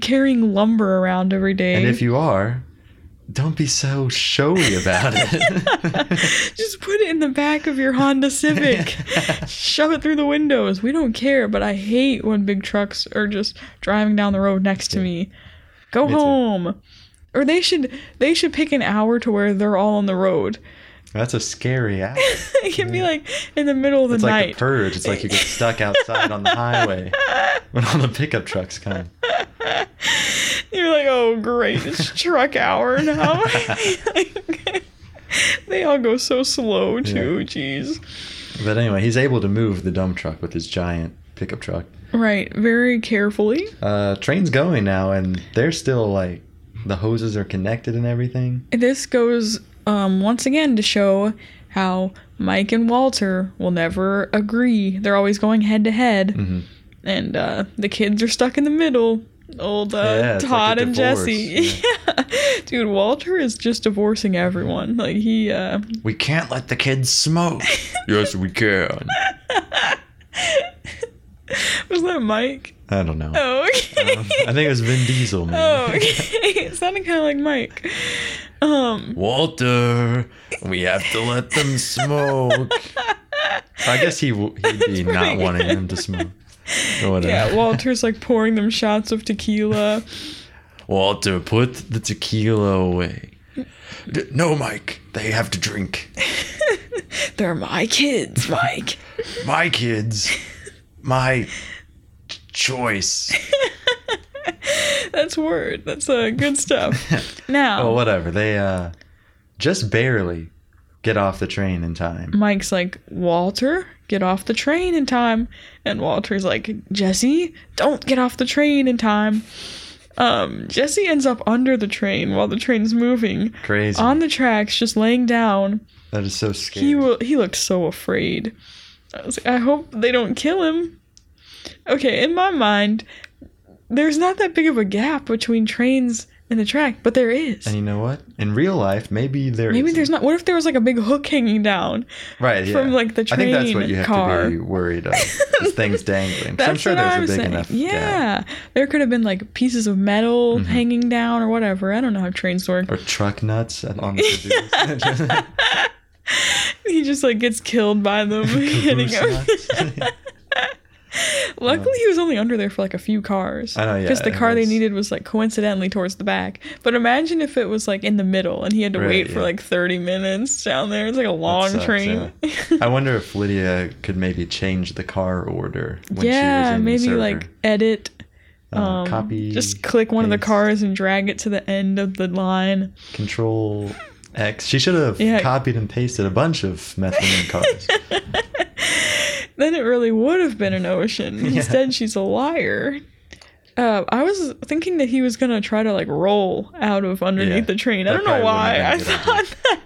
[SPEAKER 2] carrying lumber around every day
[SPEAKER 1] And if you are, don't be so showy about it.
[SPEAKER 2] <laughs> just put it in the back of your
[SPEAKER 1] <laughs>
[SPEAKER 2] honda civic shove it through the windows we don't care but i hate when big trucks are just driving down the road next to me go
[SPEAKER 1] Me too.
[SPEAKER 2] home or they should they should pick an hour to where they're all on the road <laughs>
[SPEAKER 1] That's a scary act.
[SPEAKER 2] it can be like in the middle of the
[SPEAKER 1] It's like
[SPEAKER 2] night.
[SPEAKER 1] the purge. It's like you get stuck outside on the highway when all the pickup trucks come.
[SPEAKER 2] You're like, oh great,
[SPEAKER 1] <laughs>
[SPEAKER 2] it's truck hour now. <laughs> Like, they all go so slow too. Jeez.
[SPEAKER 1] But anyway, he's able to move the dump truck with his giant pickup truck.
[SPEAKER 2] Right, very carefully.
[SPEAKER 1] Uh, train's going now, and they're still like the hoses are connected and everything.
[SPEAKER 2] This goes um, once again to show how Mike and Walter will never agree. They're always going head to head,
[SPEAKER 1] Mhm.
[SPEAKER 2] and uh, the kids are stuck in the middle. Old uh,
[SPEAKER 1] Yeah, it's like a
[SPEAKER 2] Todd and
[SPEAKER 1] divorce,
[SPEAKER 2] Jesse. <laughs> Yeah. Dude, Walter is just divorcing everyone. Like he uh
[SPEAKER 1] We can't let the kids smoke. <laughs> yes, we can.
[SPEAKER 2] was that Mike?
[SPEAKER 1] I don't know.
[SPEAKER 2] Oh, okay. <laughs>
[SPEAKER 1] Um, I think it was Vin <laughs> Diesel. Man.
[SPEAKER 2] Oh, okay. <laughs> it sounded kind of like Mike. Um,
[SPEAKER 1] Walter, we have to let them smoke. I guess he w- he'd be
[SPEAKER 2] That's
[SPEAKER 1] not
[SPEAKER 2] pretty
[SPEAKER 1] wanting
[SPEAKER 2] good.
[SPEAKER 1] them to smoke. Or whatever. <laughs>
[SPEAKER 2] yeah, Walter's like pouring them shots of tequila.
[SPEAKER 1] Walter, put the tequila away. D- no, Mike, they have to <laughs> drink.
[SPEAKER 2] They're my kids, Mike.
[SPEAKER 1] My kids, my choice.
[SPEAKER 2] That's word. That's uh, good stuff. Now,
[SPEAKER 1] Oh, whatever. They uh, just barely get off the train in time.
[SPEAKER 2] Mike's like, Walter, get off the train in time. And Walter's like, Jesse, don't get off the train in time. Um, Jesse ends up under the train while the train's moving
[SPEAKER 1] Crazy.
[SPEAKER 2] on the tracks, just laying down.
[SPEAKER 1] that is so
[SPEAKER 2] He
[SPEAKER 1] scary.
[SPEAKER 2] will. He looked so afraid. I was like, I hope they don't kill him. Okay, in my mind, there's not that big of a gap between trains and the track, but there is.
[SPEAKER 1] and you know what? In real life, maybe there
[SPEAKER 2] Maybe
[SPEAKER 1] isn't.
[SPEAKER 2] there's not. What if there was like a big hook hanging down
[SPEAKER 1] right, yeah.
[SPEAKER 2] from like the
[SPEAKER 1] I
[SPEAKER 2] train
[SPEAKER 1] think that's what you have
[SPEAKER 2] car?
[SPEAKER 1] to be worried of.
[SPEAKER 2] <laughs>
[SPEAKER 1] is things dangling. 'Cause
[SPEAKER 2] That's
[SPEAKER 1] I'm sure
[SPEAKER 2] what
[SPEAKER 1] there's
[SPEAKER 2] I'm
[SPEAKER 1] a big
[SPEAKER 2] saying.
[SPEAKER 1] enough.
[SPEAKER 2] Yeah.
[SPEAKER 1] gap.
[SPEAKER 2] there could have been like pieces of metal
[SPEAKER 1] Mhm.
[SPEAKER 2] hanging down or whatever. I don't know how trains work.
[SPEAKER 1] Or truck nuts on the caboose.
[SPEAKER 2] <laughs>
[SPEAKER 1] <laughs>
[SPEAKER 2] he just like gets killed by them hitting <laughs>
[SPEAKER 1] Caboose
[SPEAKER 2] him.
[SPEAKER 1] nuts.
[SPEAKER 2] Luckily, he was only under there for like a few cars.
[SPEAKER 1] I know, Oh, yeah.
[SPEAKER 2] Because the
[SPEAKER 1] it
[SPEAKER 2] car
[SPEAKER 1] was-
[SPEAKER 2] they needed was like coincidentally towards the back. But imagine if it was like in the middle and he had to
[SPEAKER 1] Right,
[SPEAKER 2] wait
[SPEAKER 1] yeah.
[SPEAKER 2] for like 30 minutes down there. It's like a long
[SPEAKER 1] sucks,
[SPEAKER 2] <laughs> train.
[SPEAKER 1] <laughs> I wonder if Lydia could maybe change the car order. When she was
[SPEAKER 2] yeah,
[SPEAKER 1] in
[SPEAKER 2] maybe
[SPEAKER 1] server.
[SPEAKER 2] like edit,
[SPEAKER 1] Uh,
[SPEAKER 2] um,
[SPEAKER 1] copy,
[SPEAKER 2] just click one of the
[SPEAKER 1] paste.
[SPEAKER 2] cars and drag it to the end of the line.
[SPEAKER 1] control X. She should have
[SPEAKER 2] Yeah.
[SPEAKER 1] copied and pasted a bunch of methamphetamine
[SPEAKER 2] <laughs>
[SPEAKER 1] cars.
[SPEAKER 2] Then it really would have been an ocean.
[SPEAKER 1] <laughs> Yeah.
[SPEAKER 2] Instead, she's a liar. Uh, I was thinking that he was gonna try to like roll out of underneath
[SPEAKER 1] Yeah.
[SPEAKER 2] the train. I
[SPEAKER 1] That
[SPEAKER 2] don't know
[SPEAKER 1] probably
[SPEAKER 2] why.
[SPEAKER 1] wouldn't
[SPEAKER 2] I
[SPEAKER 1] have been a
[SPEAKER 2] thought that.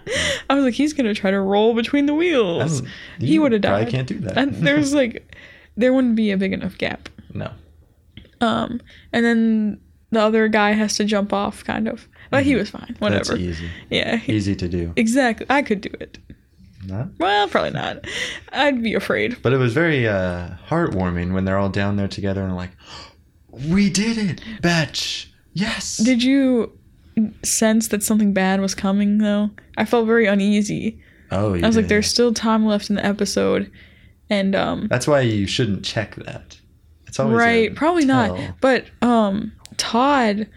[SPEAKER 2] I was like, he's gonna try to roll between the
[SPEAKER 1] I
[SPEAKER 2] wheels.
[SPEAKER 1] don't-
[SPEAKER 2] He
[SPEAKER 1] Mm. you
[SPEAKER 2] would have
[SPEAKER 1] probably
[SPEAKER 2] died.
[SPEAKER 1] can't do that.
[SPEAKER 2] And there's like, there wouldn't be a big enough gap.
[SPEAKER 1] <laughs> no.
[SPEAKER 2] Um, and then the other guy has to jump off, kind of. But he was fine. Whatever.
[SPEAKER 1] Mm-hmm. That's easy.
[SPEAKER 2] Yeah. he-
[SPEAKER 1] Easy to do.
[SPEAKER 2] exactly. I could do it.
[SPEAKER 1] No?
[SPEAKER 2] Well, probably not. I'd be afraid.
[SPEAKER 1] But it was very uh, heartwarming when they're all down there together and like, we did it, Batch. Yes.
[SPEAKER 2] Did you sense that something bad was coming though? I felt very uneasy.
[SPEAKER 1] oh, you
[SPEAKER 2] I was like,
[SPEAKER 1] did.
[SPEAKER 2] there's still time left in the episode. And um
[SPEAKER 1] That's why you shouldn't check that. It's always a
[SPEAKER 2] right, probably
[SPEAKER 1] tell.
[SPEAKER 2] not. But um Todd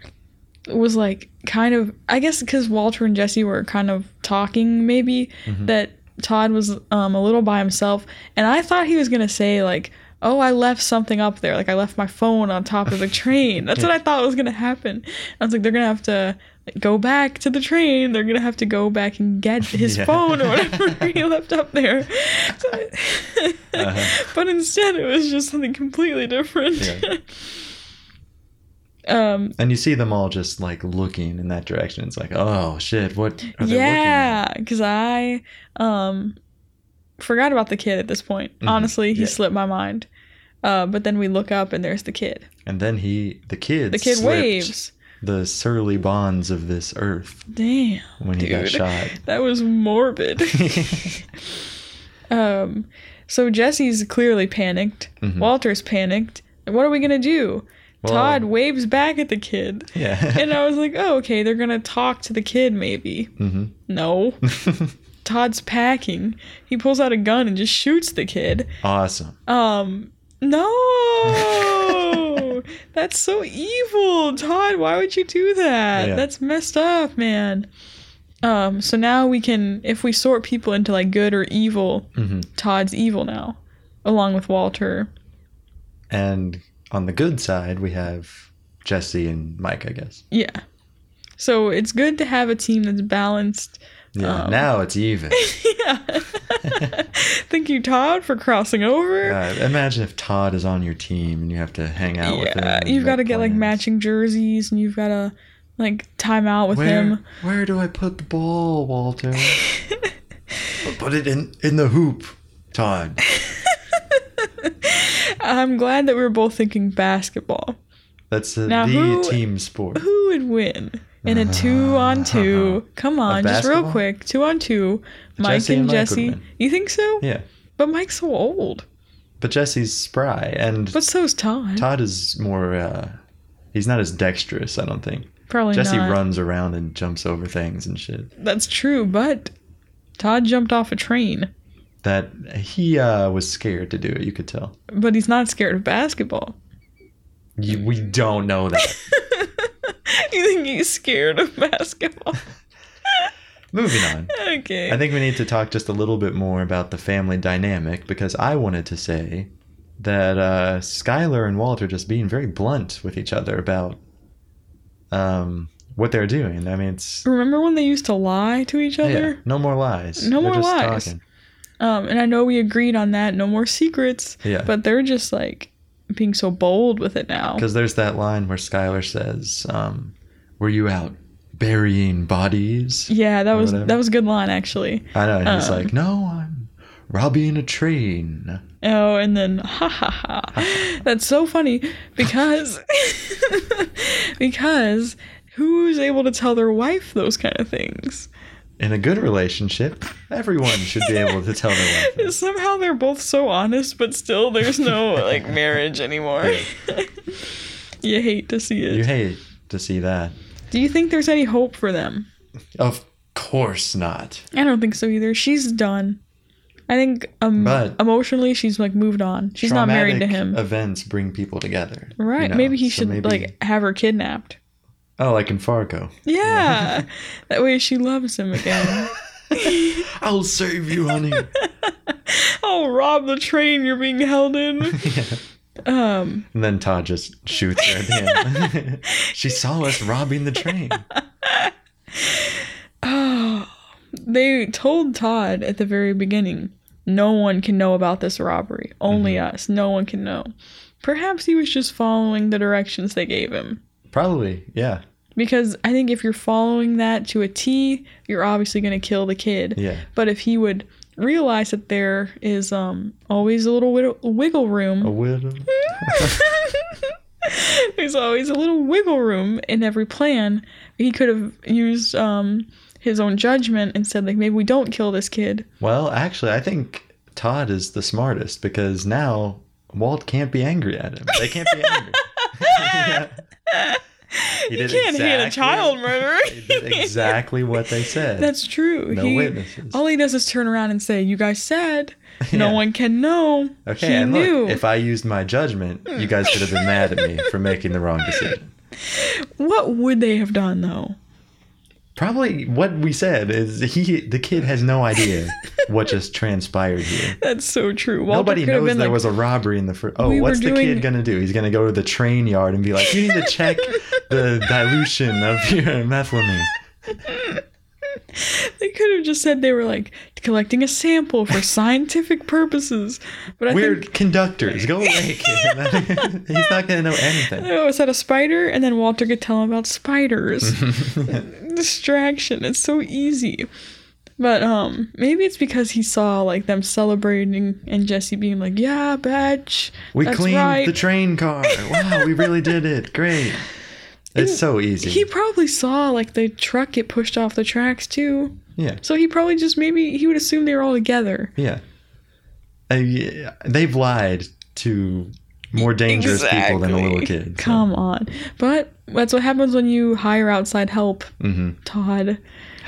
[SPEAKER 2] was like kind of I guess cuz Walter and Jesse were kind of talking maybe
[SPEAKER 1] Mhm.
[SPEAKER 2] that Todd was um a little by himself and I thought he was going to say like Oh, I left something up there. Like I left my phone on top of the train. That's what I thought was gonna happen. I was like, they're gonna have to like, go back to the train. They're gonna have to go back and get
[SPEAKER 1] <laughs>
[SPEAKER 2] his
[SPEAKER 1] Yeah.
[SPEAKER 2] phone or whatever he left up there. <laughs> So I-
[SPEAKER 1] Uh-huh.
[SPEAKER 2] <laughs> but instead, it was just something completely different.
[SPEAKER 1] Yeah.
[SPEAKER 2] <laughs> um.
[SPEAKER 1] And you see them all just like looking in that direction. It's like, oh shit, what are they
[SPEAKER 2] Yeah, because I um forgot about the kid at this point.
[SPEAKER 1] Mhm,
[SPEAKER 2] Honestly, he
[SPEAKER 1] yeah.
[SPEAKER 2] slipped my mind. Uh, but then we look up and there's the kid.
[SPEAKER 1] looking at? And then he, the kid,
[SPEAKER 2] The kid
[SPEAKER 1] slipped
[SPEAKER 2] waves.
[SPEAKER 1] the surly bonds of this earth
[SPEAKER 2] Damn,
[SPEAKER 1] when he got
[SPEAKER 2] Dude. <laughs>
[SPEAKER 1] shot.
[SPEAKER 2] that was morbid. <laughs> um, so Jesse's clearly panicked.
[SPEAKER 1] Mhm.
[SPEAKER 2] Walter's panicked. What are we gonna do?
[SPEAKER 1] Well-
[SPEAKER 2] Todd waves back at
[SPEAKER 1] <laughs>
[SPEAKER 2] the kid,
[SPEAKER 1] yeah.
[SPEAKER 2] and I was like, "Oh, okay, they're gonna talk to the kid, maybe."
[SPEAKER 1] hmm
[SPEAKER 2] No,
[SPEAKER 1] Mm-hmm.
[SPEAKER 2] Todd's packing. He pulls out a gun and just shoots the kid.
[SPEAKER 1] <laughs> awesome.
[SPEAKER 2] Um, no, that's so evil, Todd. Why would you do that?
[SPEAKER 1] Yeah.
[SPEAKER 2] That's messed up, man. Um, so now we can, if we sort people into like good or evil,
[SPEAKER 1] hmm
[SPEAKER 2] Todd's evil now, along with Walter.
[SPEAKER 1] And on the good side, we have Jesse and Mike, I guess.
[SPEAKER 2] Yeah. So it's good to have a team that's balanced. <laughs>
[SPEAKER 1] Yeah.
[SPEAKER 2] Um,
[SPEAKER 1] now it's
[SPEAKER 2] <laughs>
[SPEAKER 1] even.
[SPEAKER 2] yeah. Thank you, Todd, for crossing over.
[SPEAKER 1] God, Uh, imagine if Todd is on your team and you have to hang out with him.
[SPEAKER 2] yeah,
[SPEAKER 1] and
[SPEAKER 2] you've
[SPEAKER 1] make
[SPEAKER 2] got to get like
[SPEAKER 1] plans.
[SPEAKER 2] matching jerseys, and you've got to like time out with
[SPEAKER 1] Where,
[SPEAKER 2] him. <laughs>
[SPEAKER 1] where do I put the ball, Walter? Put it in in the hoop, Todd.
[SPEAKER 2] I'm glad that we were both thinking basketball.
[SPEAKER 1] That's a,
[SPEAKER 2] Now
[SPEAKER 1] the
[SPEAKER 2] who-
[SPEAKER 1] team sport.
[SPEAKER 2] Who would win in a two
[SPEAKER 1] <laughs>
[SPEAKER 2] on two? Come on, just real
[SPEAKER 1] Uh, basketball?
[SPEAKER 2] quick, two on two. Mike
[SPEAKER 1] Jesse
[SPEAKER 2] and,
[SPEAKER 1] and Mike would
[SPEAKER 2] Jesse.
[SPEAKER 1] win.
[SPEAKER 2] You think so?
[SPEAKER 1] Yeah,
[SPEAKER 2] But Mike's so old.
[SPEAKER 1] but Jesse's spry, and
[SPEAKER 2] But so's Todd.
[SPEAKER 1] Todd is more. Uh, he's not as dexterous. I don't think.
[SPEAKER 2] Probably
[SPEAKER 1] Jesse
[SPEAKER 2] not.
[SPEAKER 1] runs around and jumps over things and shit.
[SPEAKER 2] That's true, but Todd jumped off a train.
[SPEAKER 1] That he uh, was scared to do it. You could tell.
[SPEAKER 2] But he's not scared of basketball. <laughs>
[SPEAKER 1] You, we don't know that.
[SPEAKER 2] you think he's scared of basketball? <laughs>
[SPEAKER 1] Moving on.
[SPEAKER 2] Okay.
[SPEAKER 1] I think we need to talk just a little bit more about the family dynamic because I wanted to say that uh, Skylar and Walter just being very blunt with each other about um, what they're doing. I mean, it's
[SPEAKER 2] Remember when they used to lie to each
[SPEAKER 1] yeah,
[SPEAKER 2] other?
[SPEAKER 1] no more lies.
[SPEAKER 2] No
[SPEAKER 1] They're
[SPEAKER 2] more
[SPEAKER 1] just
[SPEAKER 2] lies.
[SPEAKER 1] talking.
[SPEAKER 2] Um, and I know we agreed on that. No more secrets.
[SPEAKER 1] Yeah.
[SPEAKER 2] But they're just like being so bold with it now.
[SPEAKER 1] Because there's that line where Skylar says, um, "Were you out burying bodies?"
[SPEAKER 2] Yeah, that
[SPEAKER 1] Or
[SPEAKER 2] was
[SPEAKER 1] whatever.
[SPEAKER 2] that was a good line actually.
[SPEAKER 1] I know. And he's
[SPEAKER 2] Um,
[SPEAKER 1] like, "No, I'm robbing a train."
[SPEAKER 2] Oh, and then <laughs> ha ha
[SPEAKER 1] <laughs>
[SPEAKER 2] ha. That's so funny because <laughs> because who's able to tell their wife those kind of things?
[SPEAKER 1] In a good relationship, everyone should be able to tell their
[SPEAKER 2] <laughs>
[SPEAKER 1] wife. that.
[SPEAKER 2] Somehow they're both so honest, but still there's no like marriage anymore. <laughs> you hate to see it.
[SPEAKER 1] You hate to see that.
[SPEAKER 2] Do you think there's any hope for them?
[SPEAKER 1] Of course not.
[SPEAKER 2] I don't think so either. She's done. I think um,
[SPEAKER 1] But-
[SPEAKER 2] emotionally she's like moved on. She's not married to
[SPEAKER 1] Traumatic
[SPEAKER 2] him.
[SPEAKER 1] Events bring people together. you
[SPEAKER 2] right.
[SPEAKER 1] know,
[SPEAKER 2] maybe he
[SPEAKER 1] so
[SPEAKER 2] should
[SPEAKER 1] maybe-
[SPEAKER 2] like have her kidnapped.
[SPEAKER 1] Oh, like in
[SPEAKER 2] <laughs>
[SPEAKER 1] Fargo.
[SPEAKER 2] Yeah.
[SPEAKER 1] <laughs>
[SPEAKER 2] that way she loves him again.
[SPEAKER 1] I'll save you, honey.
[SPEAKER 2] oh, rob the train you're being
[SPEAKER 1] <laughs>
[SPEAKER 2] held in. Um, <sighs>
[SPEAKER 1] And then Todd just shoots her at the
[SPEAKER 2] <laughs>
[SPEAKER 1] end. <laughs> she saw us robbing the train.
[SPEAKER 2] oh, they told Todd at the very beginning, no one can know about this robbery. Only
[SPEAKER 1] Mm-hmm.
[SPEAKER 2] us. No one can know. Perhaps he was just following the directions they gave him.
[SPEAKER 1] Probably, yeah,
[SPEAKER 2] Because I think if you're following that to a T, you're obviously going to kill the kid.
[SPEAKER 1] yeah.
[SPEAKER 2] But if he would realize that there is um, always a little wid- wiggle room,
[SPEAKER 1] A widow. Oh.
[SPEAKER 2] <laughs>
[SPEAKER 1] <laughs>
[SPEAKER 2] there's always a little wiggle room in every plan. He could have used um, his own judgment and said, like, maybe we don't kill this kid.
[SPEAKER 1] Well, actually, I think Todd is the smartest because now Walt can't be angry at him. They can't be angry.
[SPEAKER 2] <laughs>
[SPEAKER 1] <laughs> He
[SPEAKER 2] You
[SPEAKER 1] did
[SPEAKER 2] can't hate a
[SPEAKER 1] exactly- <laughs>
[SPEAKER 2] child murderer.
[SPEAKER 1] He did exactly what they said.
[SPEAKER 2] That's true.
[SPEAKER 1] no
[SPEAKER 2] he, Oh,
[SPEAKER 1] witnesses.
[SPEAKER 2] All he does is turn around and say, "You guys said
[SPEAKER 1] <laughs>
[SPEAKER 2] no
[SPEAKER 1] Yeah.
[SPEAKER 2] one can know."
[SPEAKER 1] Okay,
[SPEAKER 2] he
[SPEAKER 1] and
[SPEAKER 2] knew.
[SPEAKER 1] look, if I used my judgment, you guys could have been mad at me for making the wrong decision.
[SPEAKER 2] what would they have done though?
[SPEAKER 1] Probably what we said is he the kid has no idea what just transpired here.
[SPEAKER 2] That's so true. Walter
[SPEAKER 1] Nobody
[SPEAKER 2] could have
[SPEAKER 1] knows there
[SPEAKER 2] been like,
[SPEAKER 1] was a robbery in the first. Oh,
[SPEAKER 2] "We were
[SPEAKER 1] what's the
[SPEAKER 2] doing-
[SPEAKER 1] kid gonna do? He's gonna go to the train yard and be like, "You need to
[SPEAKER 2] <laughs>
[SPEAKER 1] check the dilution of your methylamine."
[SPEAKER 2] They could have just said they were like collecting a
[SPEAKER 1] <laughs>
[SPEAKER 2] sample for scientific purposes. But I
[SPEAKER 1] We're
[SPEAKER 2] <laughs> think
[SPEAKER 1] conductors. Go away, kid. <laughs> He's not gonna know anything.
[SPEAKER 2] oh, is that a spider? And then Walter could tell him
[SPEAKER 1] <laughs>
[SPEAKER 2] about spiders. <laughs> Distraction. It's so easy. But um, maybe it's because he saw like them celebrating and Jesse being like, "Yeah, bitch,
[SPEAKER 1] We
[SPEAKER 2] that's
[SPEAKER 1] cleaned
[SPEAKER 2] right."
[SPEAKER 1] the train car. Wow, we really did it. Great. It's so easy.
[SPEAKER 2] he probably saw like the truck get pushed off the tracks too.
[SPEAKER 1] yeah.
[SPEAKER 2] So he probably just maybe he would assume they were all together.
[SPEAKER 1] Yeah. Uh, yeah, they've lied to more dangerous people than a little
[SPEAKER 2] Exactly.
[SPEAKER 1] kid.
[SPEAKER 2] Come on. But that's what happens when you hire outside help,
[SPEAKER 1] hmm
[SPEAKER 2] Todd.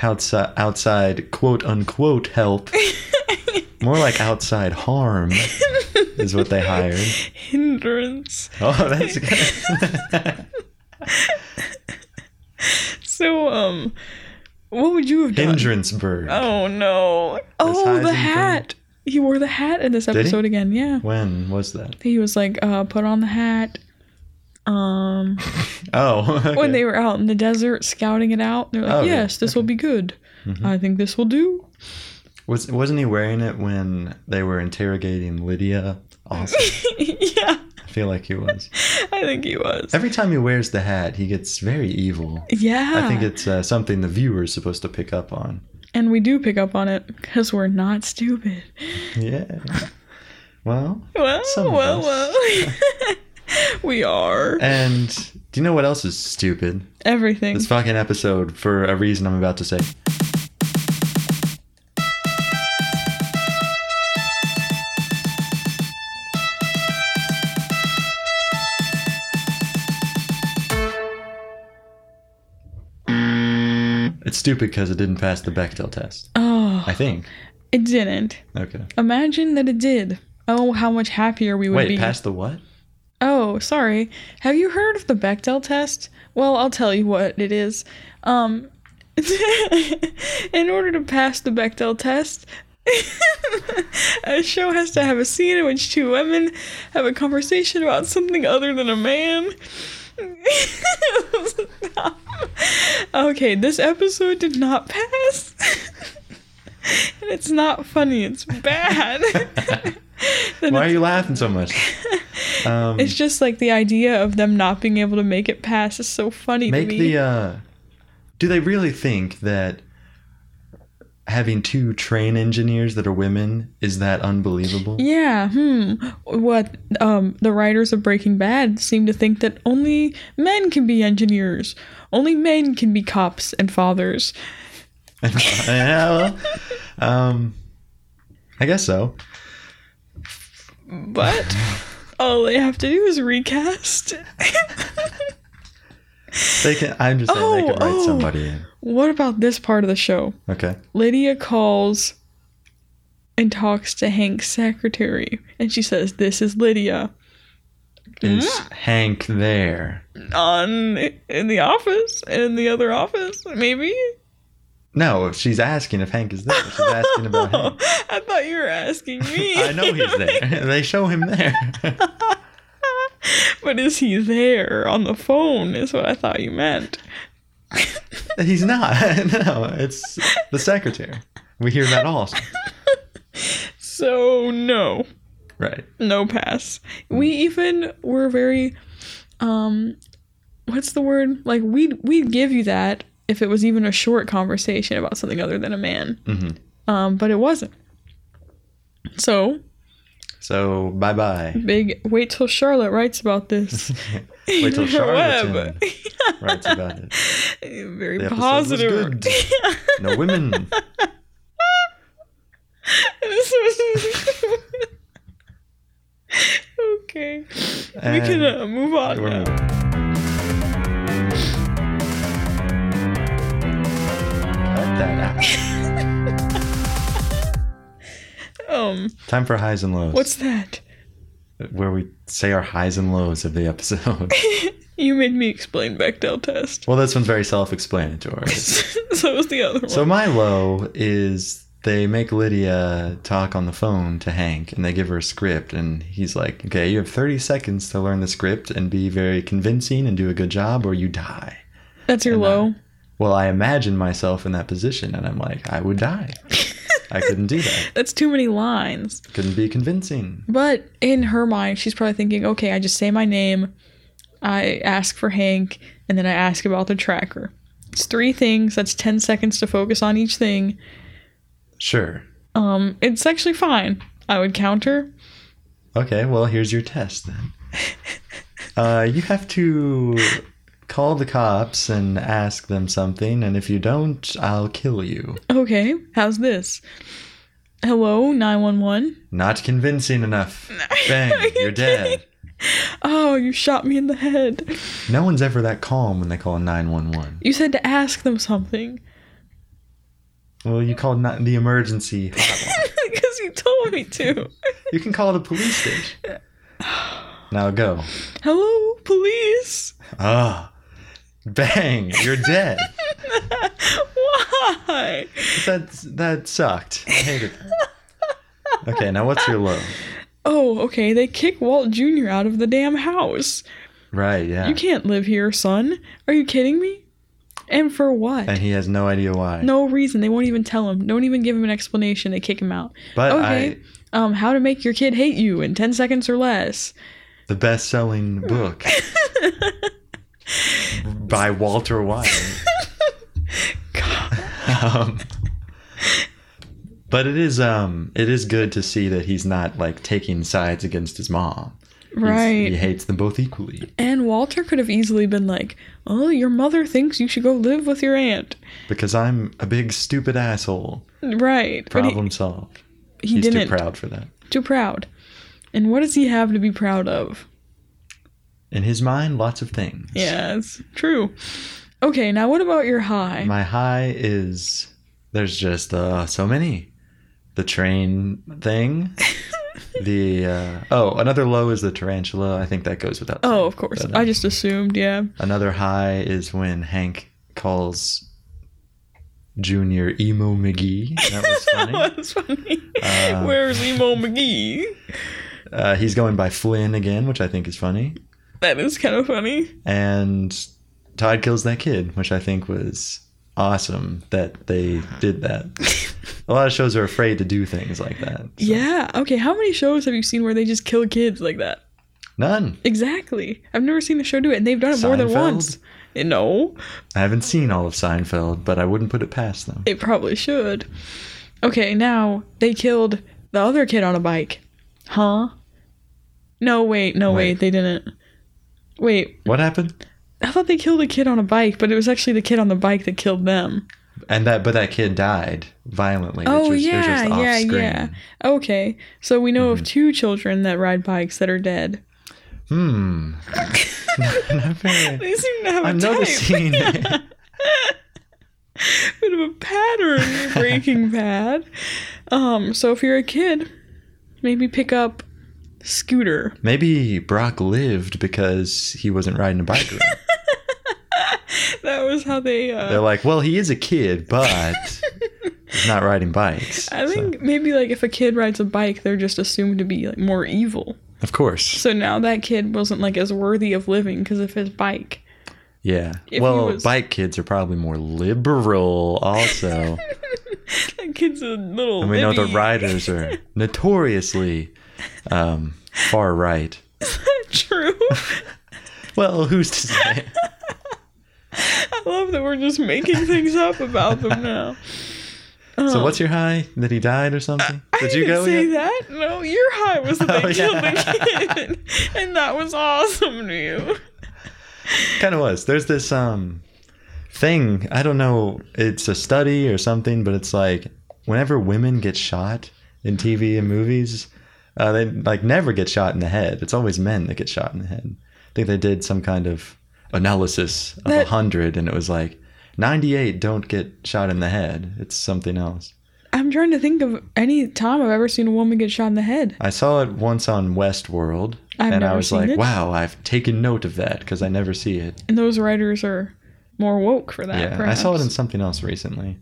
[SPEAKER 1] Outside, outside, quote unquote,
[SPEAKER 2] <laughs>
[SPEAKER 1] help. more like outside harm is what they hired.
[SPEAKER 2] <laughs> Hindrance.
[SPEAKER 1] <laughs> Oh, that's <laughs> good.
[SPEAKER 2] So, um, what would you have done?
[SPEAKER 1] Hindrance bird.
[SPEAKER 2] Oh, no. Oh,
[SPEAKER 1] Hyding
[SPEAKER 2] the
[SPEAKER 1] thing.
[SPEAKER 2] hat. He wore the hat in this
[SPEAKER 1] he?
[SPEAKER 2] episode again. Yeah.
[SPEAKER 1] When was that?
[SPEAKER 2] He was like, uh, put on the hat.
[SPEAKER 1] <laughs>
[SPEAKER 2] Um,
[SPEAKER 1] Oh, okay.
[SPEAKER 2] <laughs>
[SPEAKER 1] <laughs>
[SPEAKER 2] when they were out in the desert scouting it out, they're like,
[SPEAKER 1] Oh, yeah. Mm-hmm.
[SPEAKER 2] yes, this will be good. I think this will do.
[SPEAKER 1] was wasn't he wearing it when they were interrogating Lydia? Also,
[SPEAKER 2] <laughs> <laughs> yeah,
[SPEAKER 1] I feel like he was.
[SPEAKER 2] I think he was.
[SPEAKER 1] Every time he wears the hat, he gets very evil.
[SPEAKER 2] yeah. Ah.
[SPEAKER 1] I think it's uh, something the viewer is supposed to pick up on.
[SPEAKER 2] And we do pick up on it because we're not stupid. <laughs>
[SPEAKER 1] Yeah. Well,
[SPEAKER 2] Well,
[SPEAKER 1] Some of
[SPEAKER 2] well,
[SPEAKER 1] us.
[SPEAKER 2] well. <laughs> we are.
[SPEAKER 1] and do you know what else is stupid?
[SPEAKER 2] Everything.
[SPEAKER 1] This fucking episode for a reason I'm about to say. It's stupid because it didn't pass the Bechdel test.
[SPEAKER 2] Oh,
[SPEAKER 1] I think.
[SPEAKER 2] it didn't.
[SPEAKER 1] Okay.
[SPEAKER 2] Imagine that it did. Oh, how much happier we would
[SPEAKER 1] Wait,
[SPEAKER 2] be.
[SPEAKER 1] pass the what?
[SPEAKER 2] Oh, sorry. Have you heard of the Bechdel test? Well, I'll tell you what it is. Um, <laughs> in order to pass the Bechdel test, <laughs> a show has to have a scene in which two women have a conversation about something other than a man. <laughs> Stop. Okay, this episode did not pass. <laughs> and it's not funny, it's bad. <laughs> Then
[SPEAKER 1] Why
[SPEAKER 2] it's-
[SPEAKER 1] are you laughing so
[SPEAKER 2] <laughs>
[SPEAKER 1] much? Um,
[SPEAKER 2] it's just like the idea of them not being able to make it past is so funny
[SPEAKER 1] make
[SPEAKER 2] to me.
[SPEAKER 1] the uh do they really think that having two train engineers that are women is that unbelievable <laughs>
[SPEAKER 2] <laughs> yeah, hmm. What um the writers of Breaking Bad seem to think that only men can be engineers. Only men can be cops and fathers.
[SPEAKER 1] Yeah, well, um i guess so <laughs>
[SPEAKER 2] But all they have to do is recast. <laughs>
[SPEAKER 1] they can i'm just saying they
[SPEAKER 2] Oh,
[SPEAKER 1] could write
[SPEAKER 2] oh.
[SPEAKER 1] somebody in
[SPEAKER 2] what about this part of the show?
[SPEAKER 1] okay
[SPEAKER 2] Lydia calls and talks to Hank's secretary and she says, This is Lydia. Mm.
[SPEAKER 1] is hank there
[SPEAKER 2] on in the office in the other office maybe
[SPEAKER 1] no she's asking if hank is there
[SPEAKER 2] <laughs>
[SPEAKER 1] she's asking about hank
[SPEAKER 2] i thought you were asking me
[SPEAKER 1] <laughs> i know he's there they show him there
[SPEAKER 2] <laughs> but is he there on the phone is what i thought you meant <laughs>
[SPEAKER 1] he's not <laughs> no it's the secretary we hear that also
[SPEAKER 2] so no
[SPEAKER 1] right
[SPEAKER 2] no pass
[SPEAKER 1] Hmm.
[SPEAKER 2] we even were very um what's the word like we'd we'd give you that if it was even a short conversation about something other than a man
[SPEAKER 1] hmm
[SPEAKER 2] um but it wasn't so
[SPEAKER 1] so bye-bye
[SPEAKER 2] <laughs> big wait till charlotte writes about this
[SPEAKER 1] Wait till
[SPEAKER 2] <laughs> in her
[SPEAKER 1] Charlotte
[SPEAKER 2] web.
[SPEAKER 1] writes about it.
[SPEAKER 2] <laughs> very
[SPEAKER 1] The episode was
[SPEAKER 2] positive
[SPEAKER 1] good. No women.
[SPEAKER 2] This was- <laughs> okay we can
[SPEAKER 1] And
[SPEAKER 2] uh, move on
[SPEAKER 1] we're
[SPEAKER 2] now.
[SPEAKER 1] moving. Cut that out.
[SPEAKER 2] um
[SPEAKER 1] Time for highs and lows.
[SPEAKER 2] what's that
[SPEAKER 1] where we say our highs and lows of the episode?
[SPEAKER 2] you made me explain bechdel test <laughs>
[SPEAKER 1] well, this one's very self-explanatory.
[SPEAKER 2] so was the other one
[SPEAKER 1] So my low is they make Lydia talk on the phone to Hank and they give her a script and he's like, "Okay, you have 30 seconds to learn the script and be very convincing and do a good job or you die."
[SPEAKER 2] that's your
[SPEAKER 1] and, uh,
[SPEAKER 2] low
[SPEAKER 1] Well, I imagine myself in that position and I'm like, I would die. I couldn't do that.
[SPEAKER 2] that's too many lines
[SPEAKER 1] Couldn't be convincing.
[SPEAKER 2] but in her mind she's probably thinking okay i just say my name i ask for hank and then i ask about the tracker it's three things that's 10 seconds to focus on each thing
[SPEAKER 1] Sure.
[SPEAKER 2] Um, it's actually fine. I would counter.
[SPEAKER 1] Okay, well, here's your test then. Uh, you have to call the cops and ask them something, and if you don't, I'll kill you.
[SPEAKER 2] Okay, how's this? Hello, 911.
[SPEAKER 1] Not convincing enough. Bang, you're dead.
[SPEAKER 2] Oh, you shot me in the head.
[SPEAKER 1] No one's ever that calm when they call 911.
[SPEAKER 2] You said to ask them something. <laughs>
[SPEAKER 1] Well, you called not the emergency. hotline.
[SPEAKER 2] Because you told me to. <laughs>
[SPEAKER 1] You can call the police station. Now go.
[SPEAKER 2] Hello, police. <laughs>
[SPEAKER 1] Ah, bang, you're dead.
[SPEAKER 2] Why?
[SPEAKER 1] that that sucked. I hated that. Okay, now what's your low?
[SPEAKER 2] Oh, okay, they kick Walt Jr. out of the damn house.
[SPEAKER 1] Right, yeah.
[SPEAKER 2] You can't live here, son. Are you kidding me? And for what?
[SPEAKER 1] And he has no idea why.
[SPEAKER 2] No reason. They won't even tell him. Don't even give him an explanation. They kick him out.
[SPEAKER 1] but
[SPEAKER 2] okay.
[SPEAKER 1] I
[SPEAKER 2] um, how to make your kid hate you in 10 seconds or less.
[SPEAKER 1] the best-selling book by Walter White.
[SPEAKER 2] God.
[SPEAKER 1] Um, But it is um it is good to see that he's not like taking sides against his mom. He's-
[SPEAKER 2] Right.
[SPEAKER 1] he hates them both equally.
[SPEAKER 2] And Walter could have easily been like, "Oh, your mother thinks you should go live with your aunt."
[SPEAKER 1] Because I'm a big stupid asshole.
[SPEAKER 2] Right.
[SPEAKER 1] Problem solved.
[SPEAKER 2] but he, he
[SPEAKER 1] he's
[SPEAKER 2] didn't.
[SPEAKER 1] too proud for that.
[SPEAKER 2] Too proud. And what does he have to be proud
[SPEAKER 1] <laughs>
[SPEAKER 2] of?
[SPEAKER 1] In his mind, lots of things.
[SPEAKER 2] Yeah, it's true. Okay, now what about your high?
[SPEAKER 1] My high is there's just uh, so many. The train thing. the uh, oh, another low is the tarantula. I think that goes without.
[SPEAKER 2] <laughs> oh,
[SPEAKER 1] saying.
[SPEAKER 2] of course.
[SPEAKER 1] But, uh,
[SPEAKER 2] I just assumed, yeah.
[SPEAKER 1] Another high is when Hank calls Junior Emo McGee. That
[SPEAKER 2] <laughs>
[SPEAKER 1] was funny.
[SPEAKER 2] that was funny.
[SPEAKER 1] Uh,
[SPEAKER 2] Where's Emo McGee?
[SPEAKER 1] uh, he's going by Flynn again, which I think is funny.
[SPEAKER 2] That is kind
[SPEAKER 1] <laughs>
[SPEAKER 2] of funny.
[SPEAKER 1] And Todd kills that kid, which I think was awesome that they did that. A lot of shows are afraid to do things like that. so-
[SPEAKER 2] Yeah. Okay, how many shows have you seen where they just kill kids like that?
[SPEAKER 1] None.
[SPEAKER 2] Exactly. I've never seen a show do it, and they've done it more than
[SPEAKER 1] Seinfeld?
[SPEAKER 2] once. Eh, No,
[SPEAKER 1] I haven't seen all of Seinfeld, but I wouldn't put it past them.
[SPEAKER 2] it probably should. Okay, now they killed the other kid on a bike. Huh? No, wait, no,
[SPEAKER 1] Wait.
[SPEAKER 2] wait, they didn't. Wait,
[SPEAKER 1] What happened?
[SPEAKER 2] I thought they killed a kid on a bike, but it was actually the kid on the bike that killed them.
[SPEAKER 1] And that, but that kid died violently. It
[SPEAKER 2] Oh,
[SPEAKER 1] just- it was
[SPEAKER 2] yeah,
[SPEAKER 1] just off
[SPEAKER 2] yeah,
[SPEAKER 1] screen.
[SPEAKER 2] yeah. Okay, so we
[SPEAKER 1] Mm-hmm.
[SPEAKER 2] know of two children that ride bikes that are dead.
[SPEAKER 1] Hmm. <laughs> Not
[SPEAKER 2] <laughs>
[SPEAKER 1] very-
[SPEAKER 2] They seem to have a
[SPEAKER 1] I'm
[SPEAKER 2] type.
[SPEAKER 1] noticing.
[SPEAKER 2] <laughs> Bit of a
[SPEAKER 1] <laughs>
[SPEAKER 2] pattern in Breaking Bad. Um, so if you're a kid, maybe pick up Scooter. <laughs>
[SPEAKER 1] Maybe Brock lived because he wasn't riding a bike. around.
[SPEAKER 2] That was how they. Uh,
[SPEAKER 1] They're like, well, he is a kid, but he's not riding bikes.
[SPEAKER 2] <laughs> I
[SPEAKER 1] So,
[SPEAKER 2] think maybe like if a kid rides a bike, they're just assumed to be like more evil.
[SPEAKER 1] of course.
[SPEAKER 2] So now that kid wasn't like as worthy of living because of his bike. <laughs>
[SPEAKER 1] Yeah.
[SPEAKER 2] If
[SPEAKER 1] Well,
[SPEAKER 2] he was-
[SPEAKER 1] bike kids are probably more liberal, also.
[SPEAKER 2] That kid's a little.
[SPEAKER 1] and we know the
[SPEAKER 2] libby. <laughs>
[SPEAKER 1] riders are notoriously um, far right. <laughs>
[SPEAKER 2] True.
[SPEAKER 1] Well, who's to say?
[SPEAKER 2] I love that we're just making things up about them now.
[SPEAKER 1] So, what's your high? That he died or something? <laughs> Did
[SPEAKER 2] I
[SPEAKER 1] you
[SPEAKER 2] didn't
[SPEAKER 1] go?
[SPEAKER 2] say
[SPEAKER 1] yet?
[SPEAKER 2] that. No, your high was that
[SPEAKER 1] <laughs> Oh,
[SPEAKER 2] they killed
[SPEAKER 1] yeah.
[SPEAKER 2] the
[SPEAKER 1] <laughs>
[SPEAKER 2] kid, <laughs> and that was awesome to you.
[SPEAKER 1] kind of was. There's this um thing. I don't know. It's a study or something, but it's like whenever women get shot in TV and movies, uh, they like never get shot in the head. It's always men that get shot in the head. I think they did some kind of analysis of a
[SPEAKER 2] That-
[SPEAKER 1] hundred, and it was like. 98 don't get shot in the head. It's something else.
[SPEAKER 2] I'm trying to think of any time I've ever seen a woman get shot in the head.
[SPEAKER 1] I saw it once on Westworld,
[SPEAKER 2] I've
[SPEAKER 1] and I
[SPEAKER 2] never
[SPEAKER 1] was
[SPEAKER 2] seen
[SPEAKER 1] like,
[SPEAKER 2] it.
[SPEAKER 1] wow, I've taken note of that because I never see it.
[SPEAKER 2] And those writers are more woke for that.
[SPEAKER 1] Yeah,
[SPEAKER 2] perhaps.
[SPEAKER 1] I saw it in something else recently.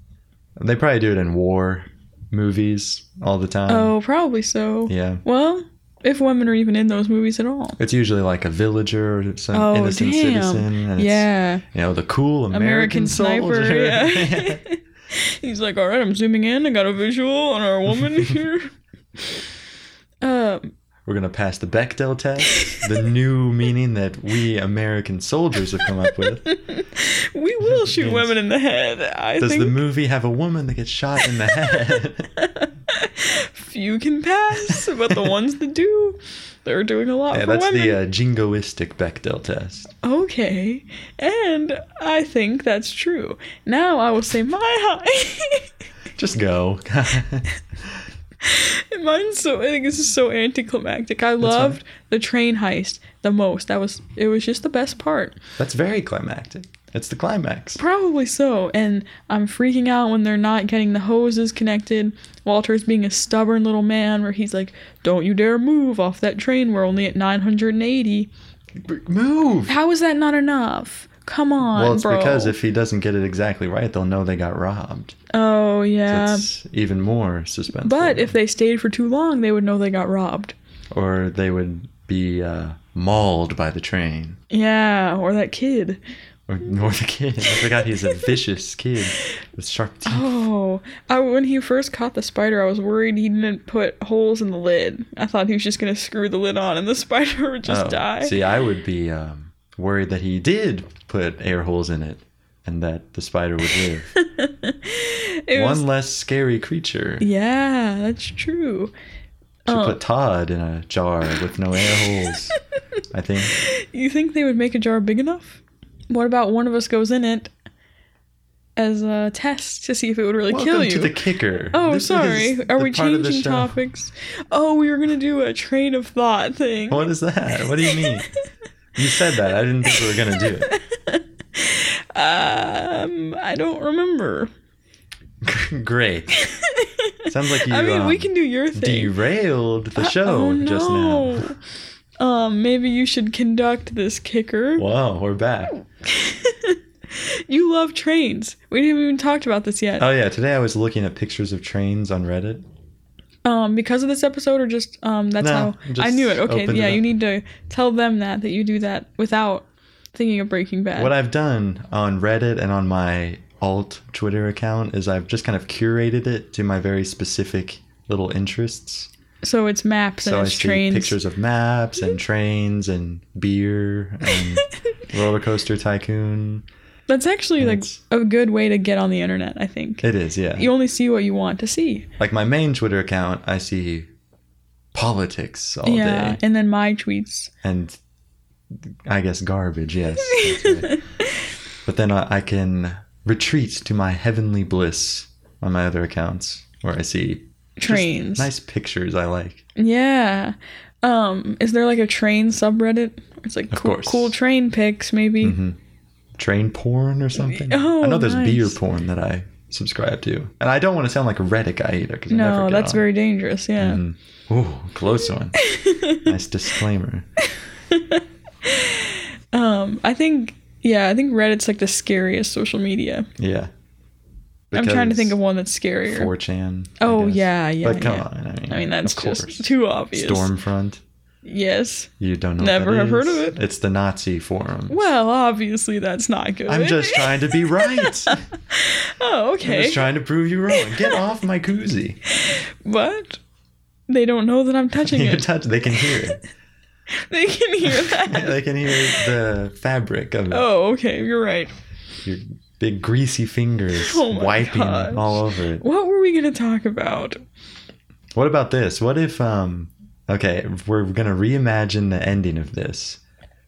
[SPEAKER 1] They probably do it in war movies all the time.
[SPEAKER 2] oh, probably so.
[SPEAKER 1] Yeah.
[SPEAKER 2] Well, if women are even in those movies at all.
[SPEAKER 1] It's usually like a villager or some
[SPEAKER 2] Oh,
[SPEAKER 1] innocent
[SPEAKER 2] damn.
[SPEAKER 1] citizen. And
[SPEAKER 2] Yeah,
[SPEAKER 1] It's, you know, the cool American,
[SPEAKER 2] American sniper.
[SPEAKER 1] soldier.
[SPEAKER 2] Yeah. <laughs> He's like, all right, I'm zooming in. I got a visual on our
[SPEAKER 1] <laughs>
[SPEAKER 2] woman here. um,
[SPEAKER 1] <laughs>
[SPEAKER 2] <laughs>
[SPEAKER 1] We're going to pass the Bechdel test, the new meaning that we American soldiers have come up with.
[SPEAKER 2] We
[SPEAKER 1] <laughs>
[SPEAKER 2] will shoot
[SPEAKER 1] Yes.
[SPEAKER 2] women in the head. <laughs> I
[SPEAKER 1] Does
[SPEAKER 2] think
[SPEAKER 1] the movie have a woman that gets shot in the head?
[SPEAKER 2] <laughs> few can pass, but the ones that do, they're doing <laughs> a lot
[SPEAKER 1] <laughs> yeah,
[SPEAKER 2] for
[SPEAKER 1] that's
[SPEAKER 2] women.
[SPEAKER 1] the uh, jingoistic Bechdel test.
[SPEAKER 2] okay, and I think that's true. Now I will say my high. <laughs>
[SPEAKER 1] Just go. <laughs>
[SPEAKER 2] Mine's so. I think this is so anticlimactic. I loved the train heist the most. That was. It was just the best part.
[SPEAKER 1] that's very climactic. It's the climax.
[SPEAKER 2] Probably so. And I'm freaking out when they're not getting the hoses connected. Walter's being a stubborn little man where he's like, Don't you dare move off that train. We're only at 980.
[SPEAKER 1] Move.
[SPEAKER 2] How is that not enough? Come on,
[SPEAKER 1] Well, it's
[SPEAKER 2] bro.
[SPEAKER 1] because if he doesn't get it exactly right, they'll know they got robbed.
[SPEAKER 2] oh, yeah.
[SPEAKER 1] That's even more suspenseful.
[SPEAKER 2] But if they stayed for too long, they would know they got robbed.
[SPEAKER 1] or they would be uh, mauled by the train
[SPEAKER 2] Yeah, or that kid.
[SPEAKER 1] or, or the kid. I forgot he's
[SPEAKER 2] <laughs>
[SPEAKER 1] a vicious kid with sharp teeth.
[SPEAKER 2] Oh, I, when he first caught the spider, I was worried he didn't put holes in the lid. I thought he was just going to screw the lid on and the <laughs> spider would just
[SPEAKER 1] Oh,
[SPEAKER 2] die.
[SPEAKER 1] See, I would be um, worried that he did put air holes in it and that the spider would live.
[SPEAKER 2] <laughs> It
[SPEAKER 1] One
[SPEAKER 2] was-
[SPEAKER 1] less scary creature.
[SPEAKER 2] yeah, that's true.
[SPEAKER 1] Should
[SPEAKER 2] Oh.
[SPEAKER 1] put Todd in a jar with no air holes. I think.
[SPEAKER 2] You think they would make a jar big enough? What about one of us goes in it as a test to see if it would really
[SPEAKER 1] Welcome
[SPEAKER 2] kill you?
[SPEAKER 1] to the kicker.
[SPEAKER 2] oh,
[SPEAKER 1] This is
[SPEAKER 2] sorry.
[SPEAKER 1] the
[SPEAKER 2] Are we
[SPEAKER 1] part of the
[SPEAKER 2] changing
[SPEAKER 1] show-
[SPEAKER 2] topics? Oh, we were gonna do a train of thought thing.
[SPEAKER 1] What is that? What do you
[SPEAKER 2] <laughs>
[SPEAKER 1] mean? you said that. I didn't think we were gonna do
[SPEAKER 2] Um, I don't remember.
[SPEAKER 1] it. <laughs>
[SPEAKER 2] <laughs>
[SPEAKER 1] Great. Sounds like you
[SPEAKER 2] I mean, we
[SPEAKER 1] um,
[SPEAKER 2] can do your thing.
[SPEAKER 1] derailed the
[SPEAKER 2] Uh,
[SPEAKER 1] show
[SPEAKER 2] oh,
[SPEAKER 1] just now.
[SPEAKER 2] no. Um, maybe you should conduct this kicker.
[SPEAKER 1] Wow, we're back.
[SPEAKER 2] You love trains. We haven't even talked about this yet.
[SPEAKER 1] Oh yeah, today I was looking at pictures of trains on Reddit.
[SPEAKER 2] um, because of this episode, or just um, that's
[SPEAKER 1] No,
[SPEAKER 2] how
[SPEAKER 1] just
[SPEAKER 2] I knew it. Okay,
[SPEAKER 1] opened
[SPEAKER 2] yeah,
[SPEAKER 1] it
[SPEAKER 2] you
[SPEAKER 1] up.
[SPEAKER 2] need to tell them that that you do that without thinking of Breaking Bad.
[SPEAKER 1] What I've done on Reddit and on my alt Twitter account is I've just kind of curated it to my very specific little interests.
[SPEAKER 2] so it's maps
[SPEAKER 1] so I
[SPEAKER 2] and it's
[SPEAKER 1] see
[SPEAKER 2] trains.
[SPEAKER 1] pictures of maps and trains and beer
[SPEAKER 2] <laughs>
[SPEAKER 1] and roller coaster tycoon.
[SPEAKER 2] That's actually
[SPEAKER 1] and
[SPEAKER 2] like
[SPEAKER 1] it's-
[SPEAKER 2] a good way to get on the internet. I think
[SPEAKER 1] It is, yeah.
[SPEAKER 2] you only see what you want to see.
[SPEAKER 1] like my main Twitter account, I see politics all
[SPEAKER 2] yeah,
[SPEAKER 1] day
[SPEAKER 2] and then my tweets.
[SPEAKER 1] and I guess garbage. Yes, that's
[SPEAKER 2] <laughs>
[SPEAKER 1] right. but then I, I can retreat to my heavenly bliss on my other accounts where I see just
[SPEAKER 2] Trains.
[SPEAKER 1] nice pictures I like.
[SPEAKER 2] Yeah. Um, is there like a train subreddit? It's like
[SPEAKER 1] Of
[SPEAKER 2] cool,
[SPEAKER 1] course. Mm-hmm.
[SPEAKER 2] cool train pics, maybe.
[SPEAKER 1] Train porn or something.
[SPEAKER 2] Mm-hmm. Oh,
[SPEAKER 1] I know there's
[SPEAKER 2] nice.
[SPEAKER 1] beer porn that I subscribe to, and I don't want to sound like a Reddit guy either. 'cause I never
[SPEAKER 2] No,
[SPEAKER 1] get
[SPEAKER 2] that's
[SPEAKER 1] on.
[SPEAKER 2] very dangerous. Yeah.
[SPEAKER 1] Mm. Ooh, close
[SPEAKER 2] <laughs>
[SPEAKER 1] one. nice disclaimer.
[SPEAKER 2] Um, I think yeah, I think Reddit's like the scariest social media.
[SPEAKER 1] Yeah.
[SPEAKER 2] I'm trying to think of
[SPEAKER 1] Because
[SPEAKER 2] one that's scarier.
[SPEAKER 1] 4chan. I
[SPEAKER 2] oh
[SPEAKER 1] guess.
[SPEAKER 2] yeah, yeah.
[SPEAKER 1] But come
[SPEAKER 2] yeah.
[SPEAKER 1] on, I mean,
[SPEAKER 2] I mean that's
[SPEAKER 1] of
[SPEAKER 2] just
[SPEAKER 1] course.
[SPEAKER 2] too obvious.
[SPEAKER 1] Stormfront.
[SPEAKER 2] Yes.
[SPEAKER 1] You don't know. what
[SPEAKER 2] Never
[SPEAKER 1] that
[SPEAKER 2] have heard
[SPEAKER 1] is.
[SPEAKER 2] of it.
[SPEAKER 1] It's the Nazi forum.
[SPEAKER 2] Well, obviously that's not good.
[SPEAKER 1] I'm
[SPEAKER 2] <laughs>
[SPEAKER 1] just trying to be right.
[SPEAKER 2] Oh,
[SPEAKER 1] I'm
[SPEAKER 2] okay.
[SPEAKER 1] just trying to prove you wrong. Get off my
[SPEAKER 2] <laughs>
[SPEAKER 1] koozie. <laughs>
[SPEAKER 2] but they don't know that I'm touching
[SPEAKER 1] You <laughs>
[SPEAKER 2] it.
[SPEAKER 1] touch, they can hear it.
[SPEAKER 2] They
[SPEAKER 1] <laughs>
[SPEAKER 2] can hear that.
[SPEAKER 1] they can hear the fabric of it.
[SPEAKER 2] Oh, okay. You're right.
[SPEAKER 1] your big greasy fingers
[SPEAKER 2] Oh my
[SPEAKER 1] wiping
[SPEAKER 2] gosh.
[SPEAKER 1] all over it.
[SPEAKER 2] What were we gonna talk about?
[SPEAKER 1] What about this? What if um okay, we're gonna reimagine the ending of this.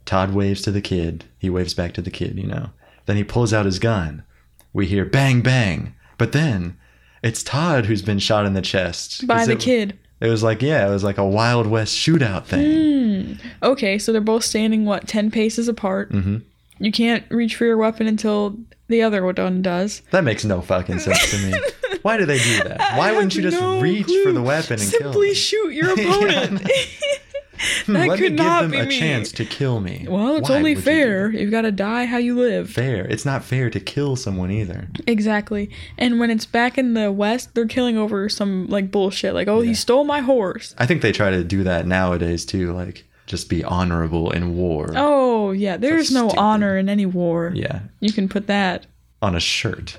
[SPEAKER 1] Todd waves to the kid, he waves back to the kid, you know. Then he pulls out his gun. We hear bang bang. But then it's Todd who's been shot in the chest.
[SPEAKER 2] By
[SPEAKER 1] 'Cause
[SPEAKER 2] the
[SPEAKER 1] it,
[SPEAKER 2] kid.
[SPEAKER 1] It was like yeah, it was like a Wild West shootout thing.
[SPEAKER 2] Okay, so they're both standing what ten paces apart.
[SPEAKER 1] hmm
[SPEAKER 2] You can't reach for your weapon until the other one does.
[SPEAKER 1] That makes no fucking sense to me. Why do they do
[SPEAKER 2] <laughs>
[SPEAKER 1] that? Why wouldn't you
[SPEAKER 2] have
[SPEAKER 1] just
[SPEAKER 2] no
[SPEAKER 1] reach for
[SPEAKER 2] clue.
[SPEAKER 1] the weapon and
[SPEAKER 2] Simply
[SPEAKER 1] kill? them?
[SPEAKER 2] shoot your
[SPEAKER 1] Yeah, <laughs>
[SPEAKER 2] opponent. <laughs>
[SPEAKER 1] Hmm,
[SPEAKER 2] that
[SPEAKER 1] <laughs> Let
[SPEAKER 2] could
[SPEAKER 1] me give
[SPEAKER 2] not
[SPEAKER 1] them
[SPEAKER 2] be
[SPEAKER 1] a
[SPEAKER 2] me.
[SPEAKER 1] chance to kill me.
[SPEAKER 2] well, it's
[SPEAKER 1] Why
[SPEAKER 2] only
[SPEAKER 1] would you do
[SPEAKER 2] fair.
[SPEAKER 1] that?
[SPEAKER 2] You've got to die how you live.
[SPEAKER 1] Fair. It's not fair to kill someone either.
[SPEAKER 2] Exactly. And when it's back in the West, they're killing over some like bullshit. Like, oh, he stole my horse.
[SPEAKER 1] I think they try to do that nowadays too, like just be honorable in war.
[SPEAKER 2] Oh yeah, there's no
[SPEAKER 1] stupid.
[SPEAKER 2] honor in any war.
[SPEAKER 1] Yeah,
[SPEAKER 2] You can
[SPEAKER 1] <laughs>
[SPEAKER 2] put that. <laughs>
[SPEAKER 1] on a shirt.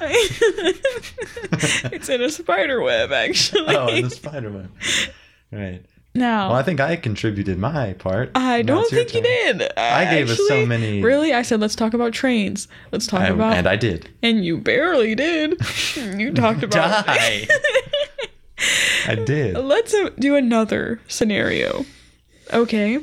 [SPEAKER 2] it's in a spider web, actually.
[SPEAKER 1] oh, and the Spider Man. Right.
[SPEAKER 2] now,
[SPEAKER 1] Well, I think I contributed my part.
[SPEAKER 2] I
[SPEAKER 1] Now
[SPEAKER 2] don't
[SPEAKER 1] it's your
[SPEAKER 2] think you
[SPEAKER 1] turn.
[SPEAKER 2] did.
[SPEAKER 1] I gave us so
[SPEAKER 2] actually.
[SPEAKER 1] many-
[SPEAKER 2] Really, I said let's talk about trains. Let's talk
[SPEAKER 1] I-
[SPEAKER 2] about
[SPEAKER 1] and I did.
[SPEAKER 2] and you barely did.
[SPEAKER 1] <laughs>
[SPEAKER 2] You talked about
[SPEAKER 1] Die. I did.
[SPEAKER 2] <laughs> Let's uh, do another scenario. Okay.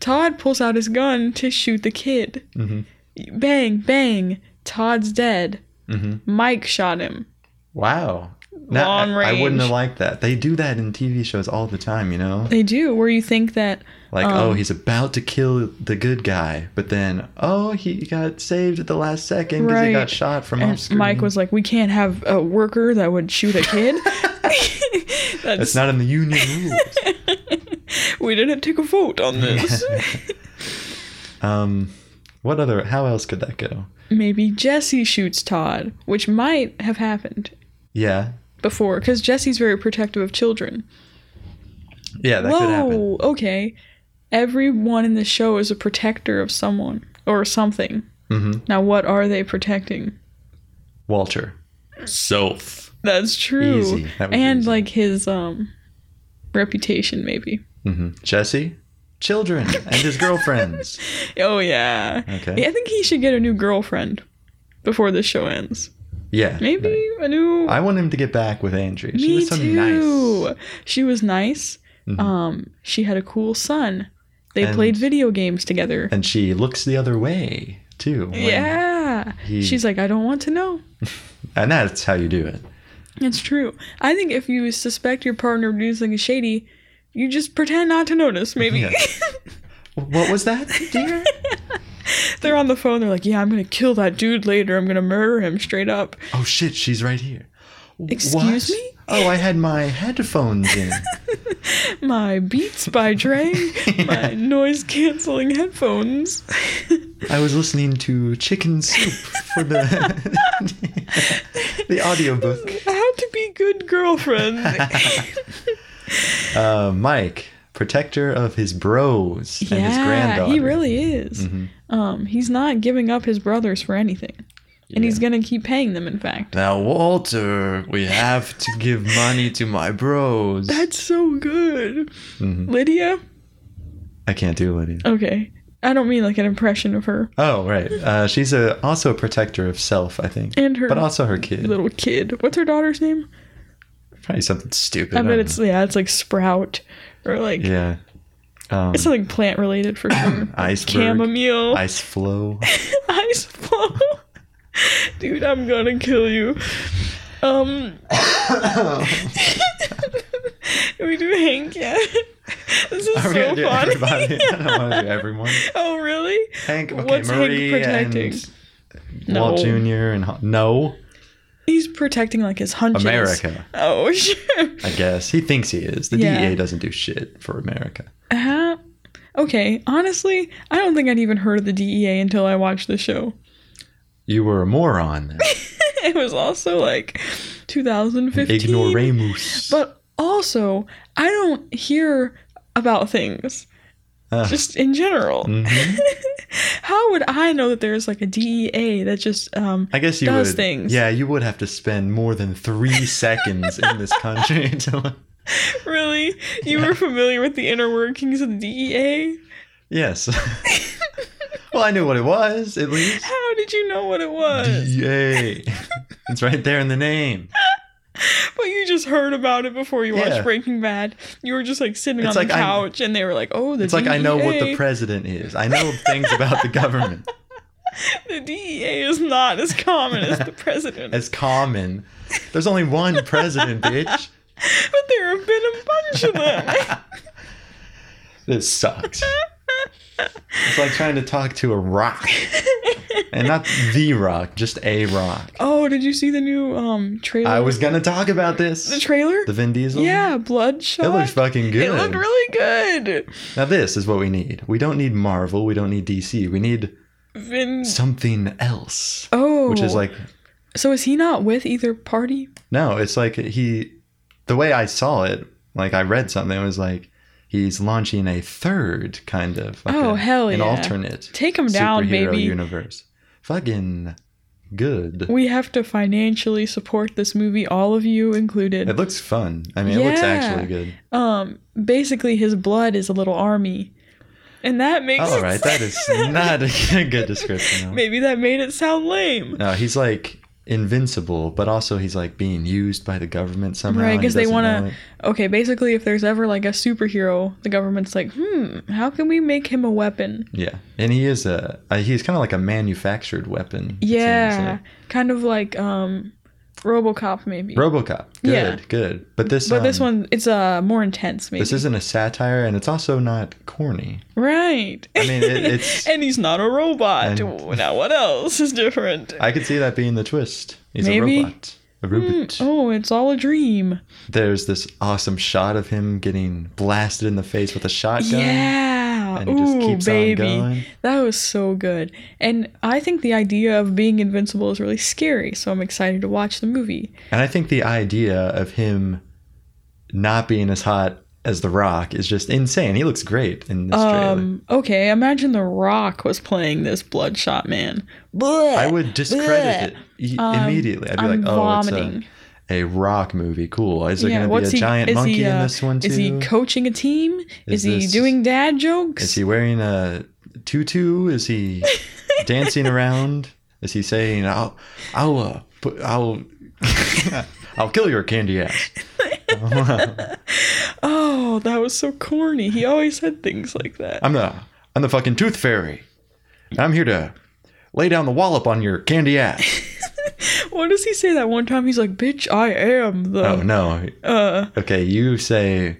[SPEAKER 2] Todd pulls out his gun to shoot the kid.
[SPEAKER 1] Mhm.
[SPEAKER 2] Bang, bang. Todd's dead.
[SPEAKER 1] Mhm.
[SPEAKER 2] Mike shot him.
[SPEAKER 1] Wow. No, I-
[SPEAKER 2] Long
[SPEAKER 1] I, wouldn't have
[SPEAKER 2] range.
[SPEAKER 1] liked that. They do that in TV shows all the time, you know?
[SPEAKER 2] They do, where you think that
[SPEAKER 1] Like,
[SPEAKER 2] Um,
[SPEAKER 1] oh, he's about to kill the good guy, but then, oh, he got saved at the last second because he
[SPEAKER 2] Right.
[SPEAKER 1] got shot from off screen.
[SPEAKER 2] Mike was like, we can't have a worker that would shoot a kid.
[SPEAKER 1] <laughs>
[SPEAKER 2] <laughs>
[SPEAKER 1] That's
[SPEAKER 2] That's,
[SPEAKER 1] not in the union rules.
[SPEAKER 2] we didn't take a vote on <laughs> this.
[SPEAKER 1] <laughs> Um, what other? How else could that go?
[SPEAKER 2] Maybe Jesse shoots Todd, which might have happened
[SPEAKER 1] Yeah,
[SPEAKER 2] before, because Jesse's very protective of children.
[SPEAKER 1] yeah, that could happen.
[SPEAKER 2] Whoa, okay. Everyone in the show is a protector of someone or something.
[SPEAKER 1] Mhm.
[SPEAKER 2] Now, what are they protecting?
[SPEAKER 1] Walter, self.
[SPEAKER 2] That's true.
[SPEAKER 1] Easy. That was
[SPEAKER 2] and
[SPEAKER 1] easy.
[SPEAKER 2] like his um reputation, maybe.
[SPEAKER 1] hmm Jesse, children, and his girlfriends.
[SPEAKER 2] Oh <laughs> yeah.
[SPEAKER 1] Okay.
[SPEAKER 2] Yeah, I think he should get a new girlfriend before this show ends.
[SPEAKER 1] Yeah.
[SPEAKER 2] Maybe
[SPEAKER 1] like,
[SPEAKER 2] a new.
[SPEAKER 1] I want him to get back with Andrea.
[SPEAKER 2] me
[SPEAKER 1] she was so
[SPEAKER 2] too.
[SPEAKER 1] nice.
[SPEAKER 2] She was nice.
[SPEAKER 1] Mhm.
[SPEAKER 2] Um, she had a cool son. They
[SPEAKER 1] And-
[SPEAKER 2] played video games together.
[SPEAKER 1] And she looks the other way too. when
[SPEAKER 2] yeah.
[SPEAKER 1] he-
[SPEAKER 2] She's like, I don't want to know.
[SPEAKER 1] and that's how you do it.
[SPEAKER 2] It's true. I think if you suspect your partner of doing something shady, you just pretend not to notice.
[SPEAKER 1] <laughs>
[SPEAKER 2] Maybe
[SPEAKER 1] Yeah. What was that, dear?
[SPEAKER 2] <laughs> they're on the phone. They're like, "Yeah, I'm gonna kill that dude later. I'm gonna murder him straight up."
[SPEAKER 1] oh shit, she's right here.
[SPEAKER 2] Excuse me?
[SPEAKER 1] Oh, I had my headphones in.
[SPEAKER 2] My Beats
[SPEAKER 1] <laughs>
[SPEAKER 2] by Dre, my noise canceling headphones.
[SPEAKER 1] I was listening to Chicken Soup for the <laughs> the audiobook.
[SPEAKER 2] <laughs> How to be
[SPEAKER 1] <laughs>
[SPEAKER 2] good girlfriend.
[SPEAKER 1] Uh, Mike, protector of his bros and his
[SPEAKER 2] <laughs> yeah,
[SPEAKER 1] granddaughter.
[SPEAKER 2] he really is.
[SPEAKER 1] Mhm.
[SPEAKER 2] Um, he's not giving up his brothers for anything, and he's gonna keep paying them. In fact,
[SPEAKER 1] Now, Walter, we have to give money to my bros.
[SPEAKER 2] that's so good.
[SPEAKER 1] Mhm.
[SPEAKER 2] Lydia,
[SPEAKER 1] I can't do it. either.
[SPEAKER 2] okay. I don't mean like an impression of her.
[SPEAKER 1] Oh, right. Uh, she's a, also a protector of self, I think.
[SPEAKER 2] And her
[SPEAKER 1] But also her kid.
[SPEAKER 2] little kid. What's her daughter's name?
[SPEAKER 1] Probably something stupid.
[SPEAKER 2] I bet
[SPEAKER 1] don't
[SPEAKER 2] it's yeah, it's like Sprout or like
[SPEAKER 1] know. Yeah. Um,
[SPEAKER 2] it's something plant related for sure.
[SPEAKER 1] <coughs> iceberg.
[SPEAKER 2] Chamomile, <laughs> ice,
[SPEAKER 1] Ice flow.
[SPEAKER 2] flow. Dude, I'm gonna kill you. Um, <coughs> we do Hank yet? This
[SPEAKER 1] <laughs>
[SPEAKER 2] is
[SPEAKER 1] Are we
[SPEAKER 2] so
[SPEAKER 1] gonna do
[SPEAKER 2] fun.
[SPEAKER 1] everybody? <laughs> I don't want to do everyone.
[SPEAKER 2] <laughs> oh really?
[SPEAKER 1] Hank, okay,
[SPEAKER 2] What's Hank
[SPEAKER 1] Marie
[SPEAKER 2] protecting?
[SPEAKER 1] and Walt
[SPEAKER 2] No.
[SPEAKER 1] Jr. and Ho- no
[SPEAKER 2] He's protecting like his hunches.
[SPEAKER 1] America.
[SPEAKER 2] Oh <laughs> sure.
[SPEAKER 1] I guess he thinks he is. The
[SPEAKER 2] Yeah.
[SPEAKER 1] DEA doesn't do shit for America.
[SPEAKER 2] Uh, okay, honestly, I don't think I'd even heard of the DEA until I watched the show. <laughs>
[SPEAKER 1] You were a moron, then.
[SPEAKER 2] It was also like 2015.
[SPEAKER 1] ignoramus.
[SPEAKER 2] E But also, I don't hear about things
[SPEAKER 1] Ah.
[SPEAKER 2] just in general.
[SPEAKER 1] Mhm.
[SPEAKER 2] <laughs> How would I know that there's like a DEA that just um
[SPEAKER 1] I guess you
[SPEAKER 2] does
[SPEAKER 1] would.
[SPEAKER 2] things.
[SPEAKER 1] Yeah, you would have to spend more than
[SPEAKER 2] <laughs>
[SPEAKER 1] three seconds in this country <laughs> to.
[SPEAKER 2] really you were familiar with the inner workings of the E DEA?
[SPEAKER 1] Yes. <laughs> well, I knew what it was at least.
[SPEAKER 2] How did you know what it was?
[SPEAKER 1] DEA. it's right there in the name.
[SPEAKER 2] But you just heard about it before you watched
[SPEAKER 1] Yeah.
[SPEAKER 2] Breaking Bad. You were just like sitting
[SPEAKER 1] It's
[SPEAKER 2] on
[SPEAKER 1] like
[SPEAKER 2] the
[SPEAKER 1] I-
[SPEAKER 2] couch, and they were like, "Oh, the
[SPEAKER 1] It's like I know what the
[SPEAKER 2] DEA
[SPEAKER 1] president is. I know things about the government.
[SPEAKER 2] the DEA is not as common as
[SPEAKER 1] <laughs>
[SPEAKER 2] the president."
[SPEAKER 1] It's common. There's only one president, bitch.
[SPEAKER 2] but there have been a bunch
[SPEAKER 1] <laughs>
[SPEAKER 2] of them.
[SPEAKER 1] This sucks. It's like trying to talk to a rock. And not the rock, just a rock.
[SPEAKER 2] oh, did you see the new um trailer?
[SPEAKER 1] I was gonna talk about
[SPEAKER 2] the
[SPEAKER 1] this.
[SPEAKER 2] trailer.
[SPEAKER 1] The Vin Diesel?
[SPEAKER 2] yeah, Bloodshot.
[SPEAKER 1] It looks fucking good.
[SPEAKER 2] It looked really good.
[SPEAKER 1] now this is what we need. We don't need Marvel, we don't need DC. We need
[SPEAKER 2] Vin.
[SPEAKER 1] something else.
[SPEAKER 2] Oh,
[SPEAKER 1] Which is like
[SPEAKER 2] So is he not with either party?
[SPEAKER 1] No, it's like he, the way I saw it, like I read something, it was like he's launching a third kind of, like
[SPEAKER 2] Oh,
[SPEAKER 1] a-
[SPEAKER 2] hell
[SPEAKER 1] an
[SPEAKER 2] yeah.
[SPEAKER 1] alternate
[SPEAKER 2] Take him down,
[SPEAKER 1] superhero
[SPEAKER 2] baby.
[SPEAKER 1] universe. Fucking good.
[SPEAKER 2] We have to financially support this movie, all of you included.
[SPEAKER 1] It looks fun. I mean, it looks
[SPEAKER 2] Yeah.
[SPEAKER 1] actually good.
[SPEAKER 2] um basically his blood is a little army and that makes
[SPEAKER 1] All right, that
[SPEAKER 2] <laughs>
[SPEAKER 1] is not a good <laughs> description. No.
[SPEAKER 2] maybe that made it sound lame
[SPEAKER 1] No, he's like invincible, but also he's like being used by the government somehow.
[SPEAKER 2] Right,
[SPEAKER 1] and he
[SPEAKER 2] 'cause they
[SPEAKER 1] doesn't
[SPEAKER 2] wanna-
[SPEAKER 1] know it.
[SPEAKER 2] okay basically if there's ever like a superhero the government's like hmm how can we make him a weapon
[SPEAKER 1] Yeah, and he is a uh, he's kind of like a manufactured weapon. it seems
[SPEAKER 2] yeah
[SPEAKER 1] like.
[SPEAKER 2] kind of like um robocop maybe
[SPEAKER 1] RoboCop. Good,
[SPEAKER 2] Yeah.
[SPEAKER 1] good. But this,
[SPEAKER 2] but this
[SPEAKER 1] um,
[SPEAKER 2] one it's uh more intense maybe
[SPEAKER 1] this isn't a satire, and it's also not corny.
[SPEAKER 2] right
[SPEAKER 1] I mean,
[SPEAKER 2] <laughs>
[SPEAKER 1] it, it's.
[SPEAKER 2] and he's not a robot
[SPEAKER 1] And-
[SPEAKER 2] now what else is different
[SPEAKER 1] I could see that being the twist. He's
[SPEAKER 2] Maybe.
[SPEAKER 1] a robot. A robot.
[SPEAKER 2] Mm, oh it's all a dream
[SPEAKER 1] There's this awesome shot of him getting blasted in the face with a shotgun.
[SPEAKER 2] yeah
[SPEAKER 1] And he just
[SPEAKER 2] ooh
[SPEAKER 1] keeps
[SPEAKER 2] baby
[SPEAKER 1] on going.
[SPEAKER 2] That was so good. And I think the idea of being invincible is really scary, so I'm excited to watch the movie.
[SPEAKER 1] And I think the idea of him not being as hot as The Rock is just insane. He looks great in this trailer.
[SPEAKER 2] Um, okay, imagine The Rock was playing this Bloodshot man.
[SPEAKER 1] I would discredit it i-
[SPEAKER 2] Um,
[SPEAKER 1] immediately. I'd be
[SPEAKER 2] I'm
[SPEAKER 1] like, oh, it's a,
[SPEAKER 2] vomiting.
[SPEAKER 1] a rock movie. Cool. Is there
[SPEAKER 2] yeah,
[SPEAKER 1] going to
[SPEAKER 2] what's
[SPEAKER 1] be a
[SPEAKER 2] he?
[SPEAKER 1] giant
[SPEAKER 2] is
[SPEAKER 1] monkey
[SPEAKER 2] he, uh,
[SPEAKER 1] in this one too?
[SPEAKER 2] Is he coaching a team?
[SPEAKER 1] Is
[SPEAKER 2] Is, he
[SPEAKER 1] this-
[SPEAKER 2] doing dad jokes?
[SPEAKER 1] Is he wearing a
[SPEAKER 2] <laughs>
[SPEAKER 1] tutu? Is he dancing around? Is he saying, "I'll, I'll, uh, But I'll <laughs> I'll kill your candy ass.
[SPEAKER 2] Oh, that was so corny. He always said things like that.
[SPEAKER 1] I'm the I'm the fucking tooth fairy. And I'm here to lay down the wallop on your candy
[SPEAKER 2] <laughs>
[SPEAKER 1] ass.
[SPEAKER 2] What does he say that one time? He's like, "Bitch, I am the."
[SPEAKER 1] Oh no.
[SPEAKER 2] Uh,
[SPEAKER 1] Okay, you say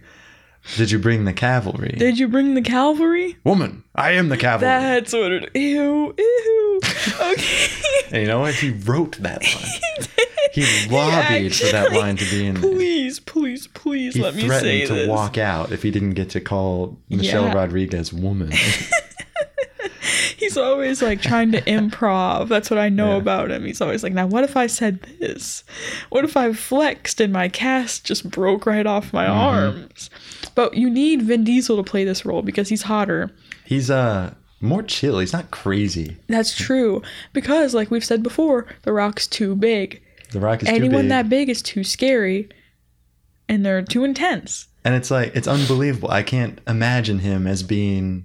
[SPEAKER 1] did you bring the cavalry?
[SPEAKER 2] did you bring the cavalry?
[SPEAKER 1] Woman, I am the cavalry.
[SPEAKER 2] That's what it. Ew,
[SPEAKER 1] <laughs>
[SPEAKER 2] ew. Okay.
[SPEAKER 1] And you know what? He wrote
[SPEAKER 2] <laughs>
[SPEAKER 1] that line. He lobbied for that
[SPEAKER 2] actually-
[SPEAKER 1] line to be in there.
[SPEAKER 2] <laughs> please, please, please
[SPEAKER 1] He
[SPEAKER 2] let me
[SPEAKER 1] threatened
[SPEAKER 2] say
[SPEAKER 1] to
[SPEAKER 2] this.
[SPEAKER 1] walk out if he didn't get to call Michelle
[SPEAKER 2] Yeah.
[SPEAKER 1] Rodriguez
[SPEAKER 2] <laughs>
[SPEAKER 1] woman.
[SPEAKER 2] He's always like trying to improv. That's what I know
[SPEAKER 1] Yeah.
[SPEAKER 2] about him. He's always like, now what if I said this? What if I flexed and my cast just broke right off my
[SPEAKER 1] Mm-hmm.
[SPEAKER 2] arms? But you need Vin Diesel to play this role because he's hotter.
[SPEAKER 1] He's uh more chill. He's not crazy.
[SPEAKER 2] That's true. Because, like we've said before, The Rock's too big.
[SPEAKER 1] The Rock is too
[SPEAKER 2] Anyone
[SPEAKER 1] big.
[SPEAKER 2] that big is too scary and they're too intense.
[SPEAKER 1] and it's like it's unbelievable. I can't imagine him as being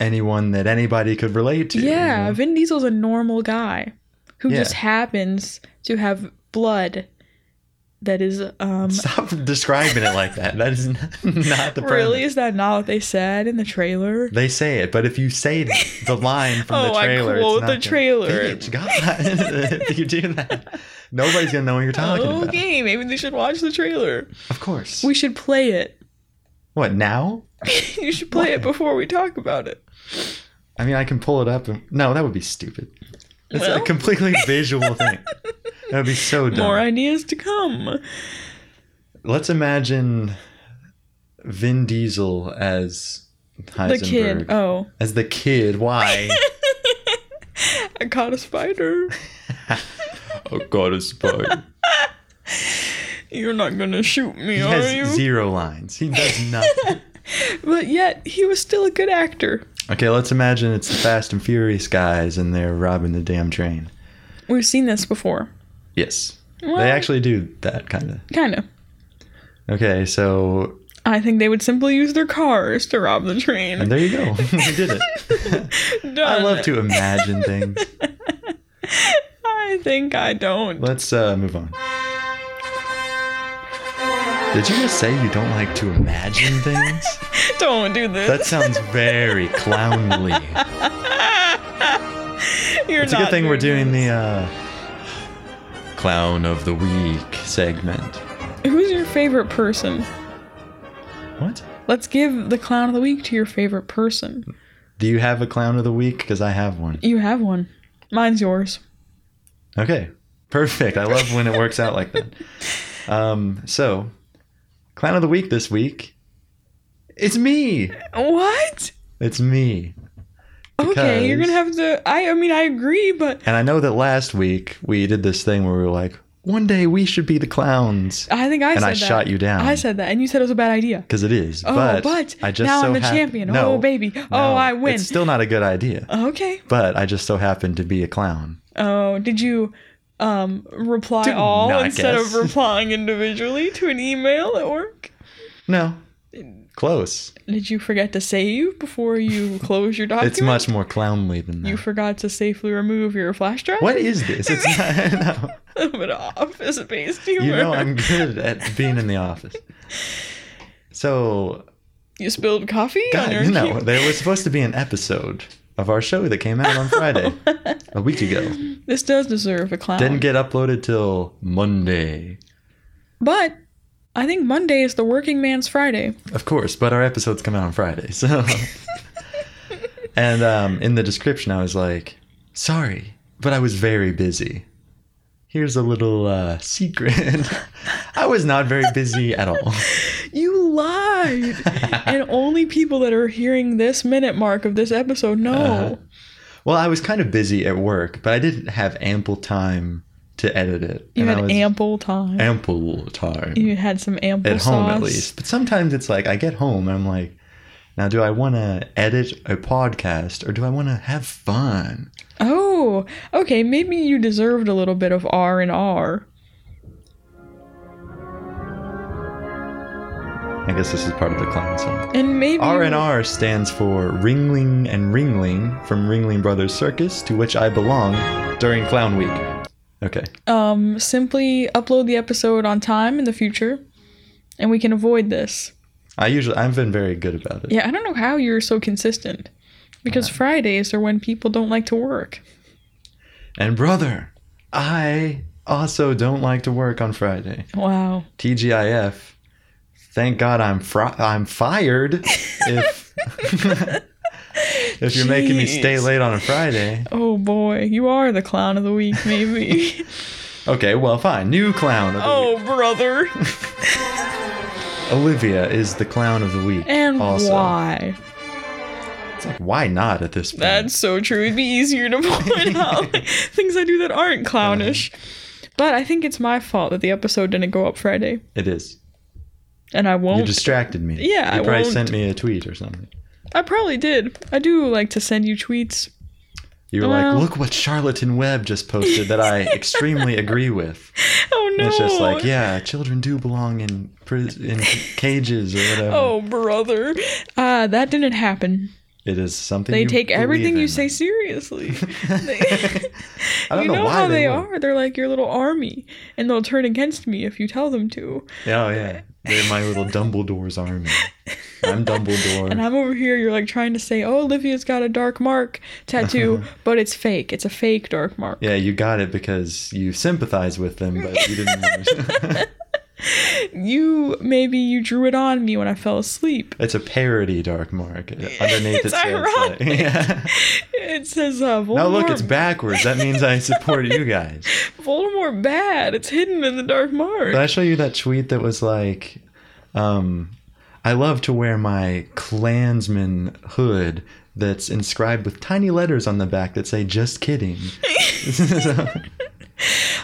[SPEAKER 1] anyone that anybody could relate to. you
[SPEAKER 2] Yeah,
[SPEAKER 1] know?
[SPEAKER 2] Vin Diesel's a normal guy who
[SPEAKER 1] Yeah.
[SPEAKER 2] just happens to have blood that is um
[SPEAKER 1] Stop describing it like that. That is <laughs> not, not the
[SPEAKER 2] really
[SPEAKER 1] really.
[SPEAKER 2] is that not what they said in the trailer?
[SPEAKER 1] They say it, but if you
[SPEAKER 2] <laughs>
[SPEAKER 1] say the line from
[SPEAKER 2] Oh,
[SPEAKER 1] the
[SPEAKER 2] I
[SPEAKER 1] trailer,
[SPEAKER 2] quote
[SPEAKER 1] it's not
[SPEAKER 2] the
[SPEAKER 1] gonna-
[SPEAKER 2] trailer.
[SPEAKER 1] Bitch, God, <laughs> if you do that, nobody's gonna know what you're talking about.
[SPEAKER 2] Okay, maybe they should watch the trailer.
[SPEAKER 1] Of course.
[SPEAKER 2] We should play it. <laughs>
[SPEAKER 1] what now?
[SPEAKER 2] you should play it before we talk about it.
[SPEAKER 1] I mean, I can pull it up. And, no, that would be stupid. It's a
[SPEAKER 2] Well.
[SPEAKER 1] completely visual thing. That would be
[SPEAKER 2] <laughs>
[SPEAKER 1] so dumb.
[SPEAKER 2] More ideas to come.
[SPEAKER 1] Let's imagine Vin Diesel as Heisenberg.
[SPEAKER 2] The kid. Oh, <laughs>
[SPEAKER 1] As the kid. Why?
[SPEAKER 2] I caught a spider.
[SPEAKER 1] oh, God, it's spider.
[SPEAKER 2] You're not gonna shoot me,
[SPEAKER 1] He
[SPEAKER 2] are
[SPEAKER 1] has
[SPEAKER 2] you?
[SPEAKER 1] zero lines. He does
[SPEAKER 2] <laughs>
[SPEAKER 1] nothing.
[SPEAKER 2] but yet he was still a good actor.
[SPEAKER 1] okay, let's imagine it's the Fast and Furious guys and they're robbing the damn train.
[SPEAKER 2] We've seen this before.
[SPEAKER 1] Yes.
[SPEAKER 2] Well,
[SPEAKER 1] They actually do that, kind of.
[SPEAKER 2] kind of.
[SPEAKER 1] Okay, so.
[SPEAKER 2] I think they would simply use their cars to rob the train.
[SPEAKER 1] And there you go. <laughs> we did it. I
[SPEAKER 2] Done.
[SPEAKER 1] love to imagine things.
[SPEAKER 2] <laughs> I think I don't.
[SPEAKER 1] Let's uh, move on. Did you just say you don't like to imagine things?
[SPEAKER 2] Don't do this.
[SPEAKER 1] That sounds very clownly. It's
[SPEAKER 2] You're
[SPEAKER 1] a
[SPEAKER 2] not
[SPEAKER 1] good thing we're
[SPEAKER 2] this.
[SPEAKER 1] doing the uh, clown of the week segment.
[SPEAKER 2] Who's your favorite person?
[SPEAKER 1] What?
[SPEAKER 2] Let's give the clown of the week to your favorite person.
[SPEAKER 1] Do you have a clown of the week? Because I have one.
[SPEAKER 2] You have one. Mine's yours.
[SPEAKER 1] Okay, perfect. I love when it works out like
[SPEAKER 2] <laughs>
[SPEAKER 1] that. Um, so, clown of the week this week. It's me.
[SPEAKER 2] What?
[SPEAKER 1] It's me.
[SPEAKER 2] Okay, you're
[SPEAKER 1] Because-
[SPEAKER 2] gonna have to. I. I mean, I agree, but
[SPEAKER 1] And I know that last week we did this thing where we were like, one day we should be the clowns.
[SPEAKER 2] I think I
[SPEAKER 1] and
[SPEAKER 2] said
[SPEAKER 1] I
[SPEAKER 2] that.
[SPEAKER 1] shot you down.
[SPEAKER 2] I said that, and you said it was a bad idea.
[SPEAKER 1] Because it is.
[SPEAKER 2] Oh,
[SPEAKER 1] but,
[SPEAKER 2] but,
[SPEAKER 1] I just
[SPEAKER 2] now
[SPEAKER 1] so
[SPEAKER 2] I'm the
[SPEAKER 1] hap-
[SPEAKER 2] champion.
[SPEAKER 1] No,
[SPEAKER 2] oh, baby. oh,
[SPEAKER 1] no,
[SPEAKER 2] I win.
[SPEAKER 1] It's still not a good idea.
[SPEAKER 2] okay.
[SPEAKER 1] But I just so happened to be a clown.
[SPEAKER 2] Oh, did you um reply
[SPEAKER 1] Do
[SPEAKER 2] all
[SPEAKER 1] not
[SPEAKER 2] instead
[SPEAKER 1] guess. <laughs>
[SPEAKER 2] of replying individually to an email at work?
[SPEAKER 1] No. Close.
[SPEAKER 2] Did you forget to save before
[SPEAKER 1] <laughs>
[SPEAKER 2] you close your document?
[SPEAKER 1] It's much more clownly than that.
[SPEAKER 2] You forgot to safely remove your flash drive.
[SPEAKER 1] what is this? It's not. <laughs> No.
[SPEAKER 2] <laughs> I'm an office-based humor.
[SPEAKER 1] You know, I'm good at being in the office. So,
[SPEAKER 2] You spilled coffee on
[SPEAKER 1] God,
[SPEAKER 2] your.
[SPEAKER 1] no,
[SPEAKER 2] key-
[SPEAKER 1] there was supposed to be an episode of our show that came
[SPEAKER 2] <laughs>
[SPEAKER 1] out on Friday, a week ago.
[SPEAKER 2] This does deserve a clown.
[SPEAKER 1] Didn't get uploaded till Monday.
[SPEAKER 2] But I think Monday is the working man's Friday.
[SPEAKER 1] Of course, but our episodes come out on Friday, so. and um, in the description, I was like, "Sorry, but I was very busy." Here's a little uh, secret: <laughs> I was not very busy at all. <laughs>
[SPEAKER 2] You lied, and only people that are hearing this minute mark of this episode know.
[SPEAKER 1] Uh-huh. Well, I was kind of busy at work, but I didn't have ample time to edit it.
[SPEAKER 2] You
[SPEAKER 1] And I
[SPEAKER 2] had
[SPEAKER 1] was-
[SPEAKER 2] ample time.
[SPEAKER 1] ample time
[SPEAKER 2] you had some ample
[SPEAKER 1] at
[SPEAKER 2] sauce.
[SPEAKER 1] home, at least. But sometimes it's like I get home and I'm like. Now, do I want to edit a podcast or do I want to have fun?
[SPEAKER 2] Oh, okay. Maybe you deserved a little bit of R and R.
[SPEAKER 1] I guess this is part of the clown song.
[SPEAKER 2] And maybe
[SPEAKER 1] R and R stands for Ringling and Ringling from Ringling Brothers Circus, to which I belong during Clown Week. Okay.
[SPEAKER 2] Um, simply upload the episode on time in the future, and we can avoid this.
[SPEAKER 1] I usually I've been very good about it.
[SPEAKER 2] Yeah, I don't know how you're so consistent, because
[SPEAKER 1] Uh-huh.
[SPEAKER 2] Fridays are when people don't like to work.
[SPEAKER 1] And brother, I also don't like to work on Friday.
[SPEAKER 2] Wow.
[SPEAKER 1] TGIF. Thank God I'm fri- I'm fired if <laughs> if you're making me stay
[SPEAKER 2] Jeez.
[SPEAKER 1] late on a Friday.
[SPEAKER 2] Oh boy, you are the clown of the week,
[SPEAKER 1] <laughs>
[SPEAKER 2] maybe.
[SPEAKER 1] Okay, well fine. New clown of the week.
[SPEAKER 2] oh brother,
[SPEAKER 1] Olivia is the clown of the week.
[SPEAKER 2] Oh. and
[SPEAKER 1] also.
[SPEAKER 2] why?
[SPEAKER 1] It's like, why not at this point?
[SPEAKER 2] That's so true. It'd be easier to <laughs> point
[SPEAKER 1] <laughs>
[SPEAKER 2] out like, things I do that aren't clownish. But I think it's my fault that the episode didn't go up Friday,
[SPEAKER 1] it is.
[SPEAKER 2] and I won't.
[SPEAKER 1] You distracted me.
[SPEAKER 2] Yeah, I
[SPEAKER 1] You probably
[SPEAKER 2] won't.
[SPEAKER 1] sent me a tweet or something.
[SPEAKER 2] I probably did. I do like to send you tweets.
[SPEAKER 1] You were
[SPEAKER 2] Well-
[SPEAKER 1] like, look what Charlatan Webb just posted that
[SPEAKER 2] <laughs>
[SPEAKER 1] I extremely agree with.
[SPEAKER 2] Oh no!
[SPEAKER 1] And it's just like, yeah, children do belong in pris-
[SPEAKER 2] <laughs>
[SPEAKER 1] in cages or whatever.
[SPEAKER 2] Oh brother, uh, that didn't happen.
[SPEAKER 1] It is something
[SPEAKER 2] They
[SPEAKER 1] you
[SPEAKER 2] take everything
[SPEAKER 1] believe
[SPEAKER 2] you
[SPEAKER 1] in. <laughs>
[SPEAKER 2] say <laughs> seriously. They-
[SPEAKER 1] I don't
[SPEAKER 2] you
[SPEAKER 1] know,
[SPEAKER 2] know,
[SPEAKER 1] why
[SPEAKER 2] how they
[SPEAKER 1] would.
[SPEAKER 2] are. They're like your little army, and they'll turn against me if you tell them to.
[SPEAKER 1] Oh yeah, they're my little Dumbledore's army. I'm Dumbledore.
[SPEAKER 2] <laughs> And I'm over here. You're like trying to say, "Oh, Olivia's got a dark mark
[SPEAKER 1] <laughs>
[SPEAKER 2] tattoo, but it's fake. It's a fake dark mark."
[SPEAKER 1] yeah, you got it because you sympathize with them, but you
[SPEAKER 2] <laughs>
[SPEAKER 1] didn't. Understand. <laughs>
[SPEAKER 2] You maybe you drew it on me when I fell asleep.
[SPEAKER 1] it's a parody dark mark. Underneath
[SPEAKER 2] It's
[SPEAKER 1] it says,
[SPEAKER 2] ironic.
[SPEAKER 1] like- yeah.
[SPEAKER 2] It says, uh,
[SPEAKER 1] <laughs>
[SPEAKER 2] Voldemort,
[SPEAKER 1] Now look, it's backwards. That means I support you guys.
[SPEAKER 2] Voldemort bad. It's hidden in the dark mark."
[SPEAKER 1] Did I show you that tweet that was like, um, I love to wear my Klansman hood that's inscribed with tiny letters on the back that say "Just kidding." that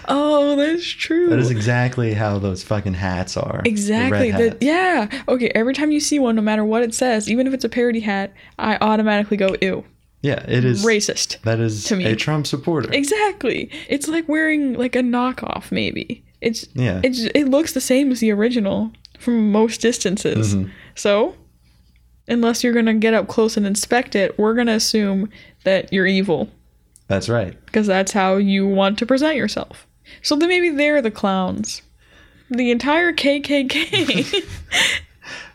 [SPEAKER 2] oh, that's true.
[SPEAKER 1] is exactly how those fucking hats are. The
[SPEAKER 2] Exactly.
[SPEAKER 1] red
[SPEAKER 2] The-
[SPEAKER 1] hats.
[SPEAKER 2] yeah. Okay. Every time you see one, no matter what it says, even if it's a parody hat, I automatically go, ew,
[SPEAKER 1] yeah, it is.
[SPEAKER 2] racist.
[SPEAKER 1] that is
[SPEAKER 2] to me.
[SPEAKER 1] a Trump supporter.
[SPEAKER 2] Exactly. It's like wearing like a knockoff, maybe. It's
[SPEAKER 1] yeah,
[SPEAKER 2] it's it looks the same as the original from most distances.
[SPEAKER 1] Mhm.
[SPEAKER 2] So, unless you're gonna get up close and inspect it, we're gonna assume that you're evil
[SPEAKER 1] that's right.
[SPEAKER 2] because that's how you want to present yourself. So then maybe they're the clowns. The
[SPEAKER 1] <laughs>
[SPEAKER 2] entire KKK.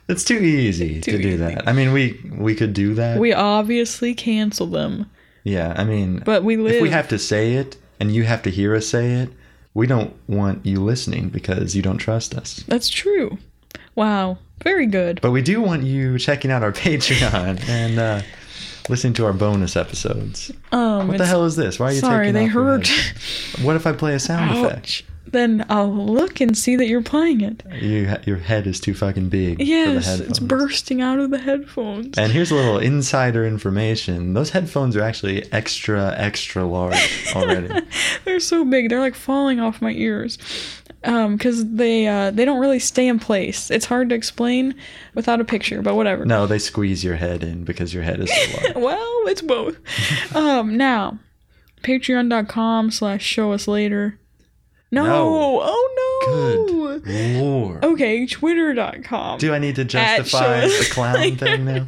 [SPEAKER 1] It's too easy
[SPEAKER 2] Too
[SPEAKER 1] to do
[SPEAKER 2] easy.
[SPEAKER 1] that. I mean, we we could do that.
[SPEAKER 2] we obviously cancel them,
[SPEAKER 1] yeah, I mean,
[SPEAKER 2] but we live.
[SPEAKER 1] if we have to say it and you have to hear us say it, we don't want you listening because you don't trust us.
[SPEAKER 2] That's true. Wow. Very good.
[SPEAKER 1] But we do want you checking out our <laughs> Patreon and uh, listening to our bonus episodes.
[SPEAKER 2] Um,
[SPEAKER 1] What the
[SPEAKER 2] it's-
[SPEAKER 1] hell is this? Why are you
[SPEAKER 2] Sorry,
[SPEAKER 1] taking
[SPEAKER 2] they
[SPEAKER 1] off your
[SPEAKER 2] hurt.
[SPEAKER 1] head? What if I play a sound effect?
[SPEAKER 2] Ouch. Then I'll look and see that you're playing it.
[SPEAKER 1] You, your head is too fucking big for the
[SPEAKER 2] Yes,
[SPEAKER 1] headphones.
[SPEAKER 2] it's bursting out of the headphones.
[SPEAKER 1] and here's a little insider information. Those headphones are actually extra, extra large
[SPEAKER 2] <laughs>
[SPEAKER 1] already.
[SPEAKER 2] <laughs> They're so big. They're like falling off my ears. Um, 'cause cuz they uh they don't really stay in place. It's hard to explain without a picture, but whatever.
[SPEAKER 1] no, they squeeze your head in because your head is so large.
[SPEAKER 2] Well, it's both. um, now patreon.com slash show us later. No.
[SPEAKER 1] No.
[SPEAKER 2] Oh no.
[SPEAKER 1] Good lord.
[SPEAKER 2] Okay, twitter.com.
[SPEAKER 1] Oh, Do I need to
[SPEAKER 2] At
[SPEAKER 1] justify
[SPEAKER 2] shows
[SPEAKER 1] the clown
[SPEAKER 2] later.
[SPEAKER 1] thing
[SPEAKER 2] <laughs>
[SPEAKER 1] now?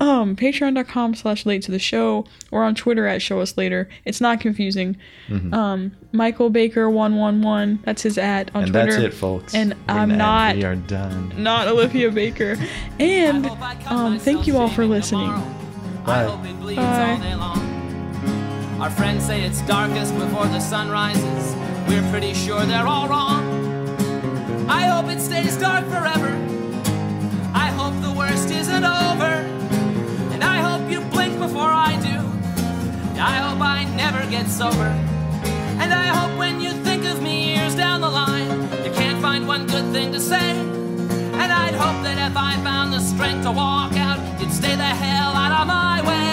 [SPEAKER 2] um patreon.com slash late to the show or on twitter at show us later it's not confusing
[SPEAKER 1] Mm-hmm.
[SPEAKER 2] um michael baker 111 that's his at on
[SPEAKER 1] And
[SPEAKER 2] twitter
[SPEAKER 1] that's it, folks.
[SPEAKER 2] And
[SPEAKER 1] We're
[SPEAKER 2] I'm
[SPEAKER 1] done.
[SPEAKER 2] not-
[SPEAKER 1] We are done.
[SPEAKER 2] not olivia baker and um thank you all for listening
[SPEAKER 1] Bye.
[SPEAKER 3] I hope it bleeds
[SPEAKER 2] Bye.
[SPEAKER 3] all day long. Our friends say it's darkest before the sun rises. We're pretty sure they're all wrong. I hope it stays dark forever. I hope the worst isn't over. And I hope you blink before I do. And I hope I never get sober. And I hope when you think of me years down the line, you can't find one good thing to say. And I'd hope that if I found the strength to walk out, you'd stay the hell out of my way.